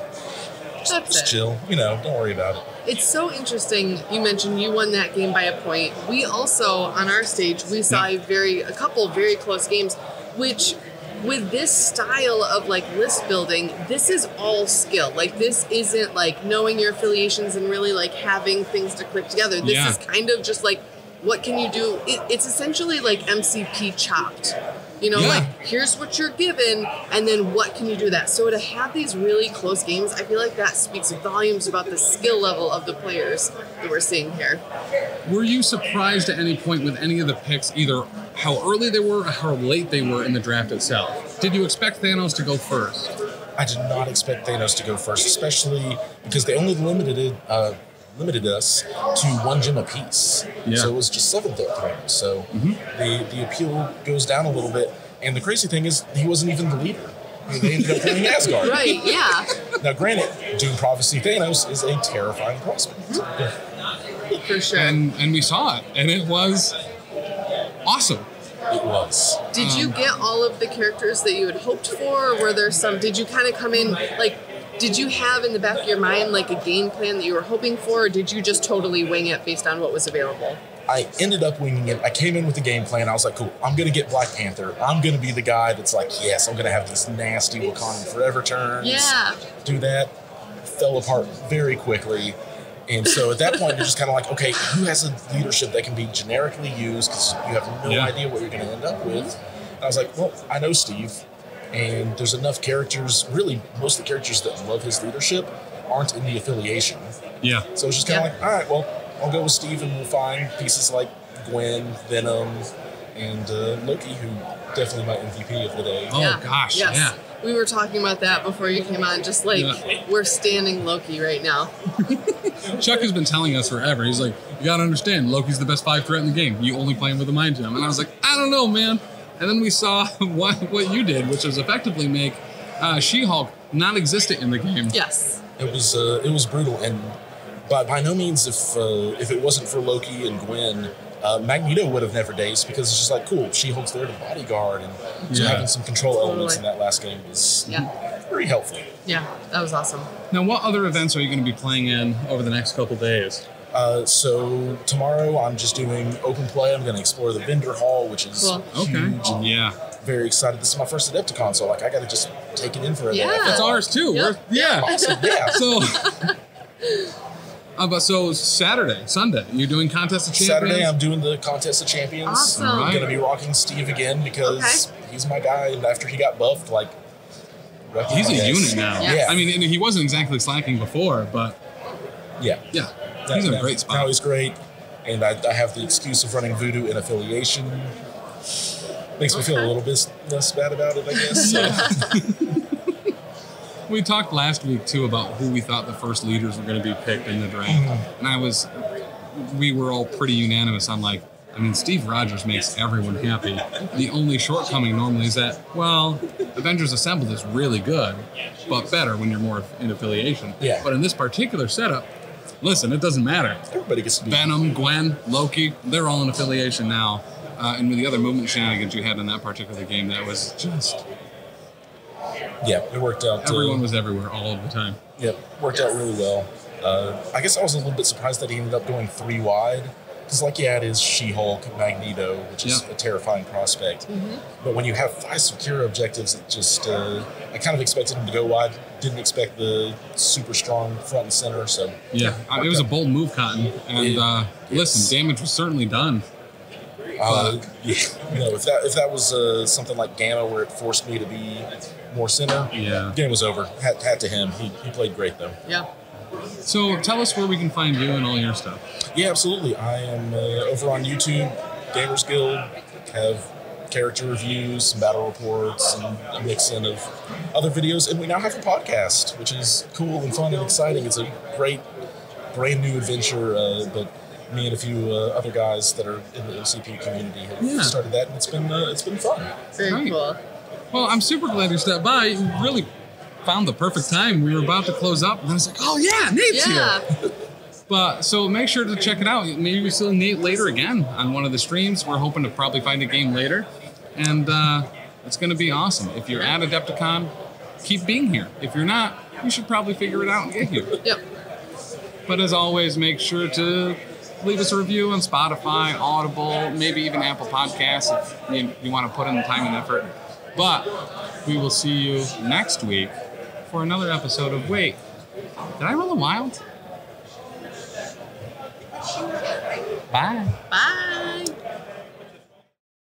S3: Just
S6: That's it.
S3: chill. You know, don't worry about it.
S6: It's so interesting. You mentioned you won that game by a point. We also on our stage we saw a very a couple very close games, which with this style of like list building, this is all skill. Like this isn't like knowing your affiliations and really like having things to click together. This
S1: Yeah.
S6: is kind of just like what can you do? It, it's essentially like MCP chopped. You know,
S1: Yeah.
S6: like here's what you're given, and then what can you do that? So to have these really close games, I feel like that speaks volumes about the skill level of the players that we're seeing here.
S1: Were you surprised at any point with any of the picks, either how early they were or how late they were in the draft itself? Did you expect Thanos to go first?
S3: I did not expect Thanos to go first, especially because they only limited it, uh, limited us to one gem apiece.
S1: Yeah.
S3: So it was just seventh at round. So the the appeal goes down a little bit. And the crazy thing is, he wasn't even the leader. I mean, they ended up playing Asgard.
S1: <laughs>
S6: Right, yeah.
S3: Now, granted, Doom Prophecy Thanos is a terrifying prospect.
S6: For sure.
S1: And and we saw it, and it was awesome.
S3: It was.
S6: did
S1: um,
S6: you get all of the characters that you had hoped for, or were there some? Did you kind of come in like? Did you have in the back of your mind like a game plan that you were hoping for, or did you just totally wing it based on what was available?
S3: I ended up winging it. I came in with the game plan. I was like, cool, I'm going to get Black Panther. I'm going to be the guy that's like, yes, I'm going to have these nasty Wakandan Forever turns.
S6: Yeah.
S3: do that. Fell apart very quickly. And so at that point, you're just kind of like, okay, who has a leadership that can be generically used because you have no
S1: Yeah.
S3: idea what you're going to end up with? And I was like, well, I know Steve, and there's enough characters, really, most of the characters that love his leadership aren't in the affiliation.
S1: Yeah.
S3: So it's just kind of like, all right, well, I'll go with Steve and we'll find pieces like Gwen, Venom, and uh, Loki, who definitely my MVP of the day.
S1: Oh gosh,
S6: Yes.
S1: yeah.
S6: We were talking about that before you came on. Just like
S1: Yeah.
S6: we're standing Loki right now.
S1: Chuck has been telling us forever. He's like, you gotta understand, Loki's the best five threat in the game. You only play him with a mind gem. And I was like, I don't know, man. And then we saw <laughs> what, what you did, which was effectively make uh, She-Hulk non-existent in the game.
S6: Yes.
S3: It was uh, it was brutal, and by by no means if uh, if it wasn't for Loki and Gwen, uh, Magneto would have never dazed because it's just like cool. She holds there to bodyguard, and so
S1: Yeah.
S3: having some control elements in
S6: Totally.
S3: that last game was
S6: Yeah.
S3: very helpful.
S6: Yeah. That was awesome.
S1: Now, what other events are you going to be playing in over the next couple days?
S3: Uh, so tomorrow I'm just doing open play. I'm going to explore the vendor hall, which is
S6: Cool.
S1: Okay.
S3: huge. And
S1: Yeah.
S3: Very excited. This is my first Adepticon, so like I got to just take it in for a day.
S6: Yeah.
S1: That's ours too. We're, yeah.
S3: Awesome. Yeah.
S1: So, uh, but so Saturday, Sunday, you're doing contest of champions.
S3: Saturday, I'm doing the contest of champions.
S6: Awesome.
S3: I'm gonna be rocking Steve again because he's my guy, and after he got buffed, like rock
S1: He's
S3: my
S1: a
S3: guys.
S1: unit now.
S6: Yeah.
S3: Yeah.
S1: I mean, and he wasn't exactly slacking before, but
S3: Yeah,
S1: yeah,
S3: That-
S1: he's in a
S3: that-
S1: great spot.
S3: Now he's great, and I, I have the excuse of running Voodoo in affiliation. Makes me feel a little bit less bad about it, I guess.
S1: <laughs>
S3: So.
S1: We talked last week too about who we thought the first leaders were going to be picked in the draft, and I was, we were all pretty unanimous on like, I mean, Steve Rogers makes everyone happy. The only shortcoming normally is that, well, Avengers Assembled is really good, but better when you're more in affiliation.
S3: Yeah.
S1: But in this particular setup, listen, it doesn't matter.
S3: Everybody gets to be
S1: Venom, Gwen, Loki, they're all in affiliation now. Uh, and with the other movement shenanigans you had in that particular game, that was just
S3: Yeah, it worked out. uh,
S1: everyone was everywhere all of the time.
S3: Yep, worked out really well. Uh, I guess I was a little bit surprised that he ended up going three wide. Because, like, yeah, it is She Hulk, Magneto, which is
S1: Yeah.
S3: a terrifying prospect. But when you have five secure objectives, it just, uh, I kind of expected him to go wide. Didn't expect the super strong front and center. So,
S1: Yeah, I mean, it was a bold move, Cotton. And
S3: It-
S1: uh,
S3: it's-
S1: listen, damage was certainly done.
S3: uh, yeah, <laughs> no, if that, if that was uh, something like Gamma where it forced me to be more center,
S1: Yeah.
S3: game was over. Had, had to him. He, he played great, though.
S6: Yeah.
S1: So tell us where we can find you and all your stuff.
S3: Yeah, absolutely. I am uh, over on YouTube, Gamers Guild, have character reviews, some battle reports, and a mix in of other videos. And we now have a podcast, which is cool and fun and exciting. It's a great, brand new adventure. Uh, but me and a few uh, other guys that are in the MCP community have
S1: Yeah.
S3: started that, and it's been uh, it's been fun.
S6: Very
S1: Great.
S6: cool.
S1: Well, I'm super glad you stopped by. You really found the perfect time. We were about to close up, and I was like, oh, yeah, Nate's
S6: Yeah.
S1: here. But so make sure to check it out. Maybe we see Nate later again on one of the streams. We're hoping to probably find a game later, and uh, it's going to be awesome. If you're at Adepticon, keep being here. If you're not, you should probably figure it out and get here.
S6: Yep.
S1: But as always, make sure to leave us a review on Spotify, Audible, maybe even Apple Podcasts if you, you want to put in the time and effort. But we will see you next week for another episode of Wait, did I roll a wild? Bye.
S6: Bye.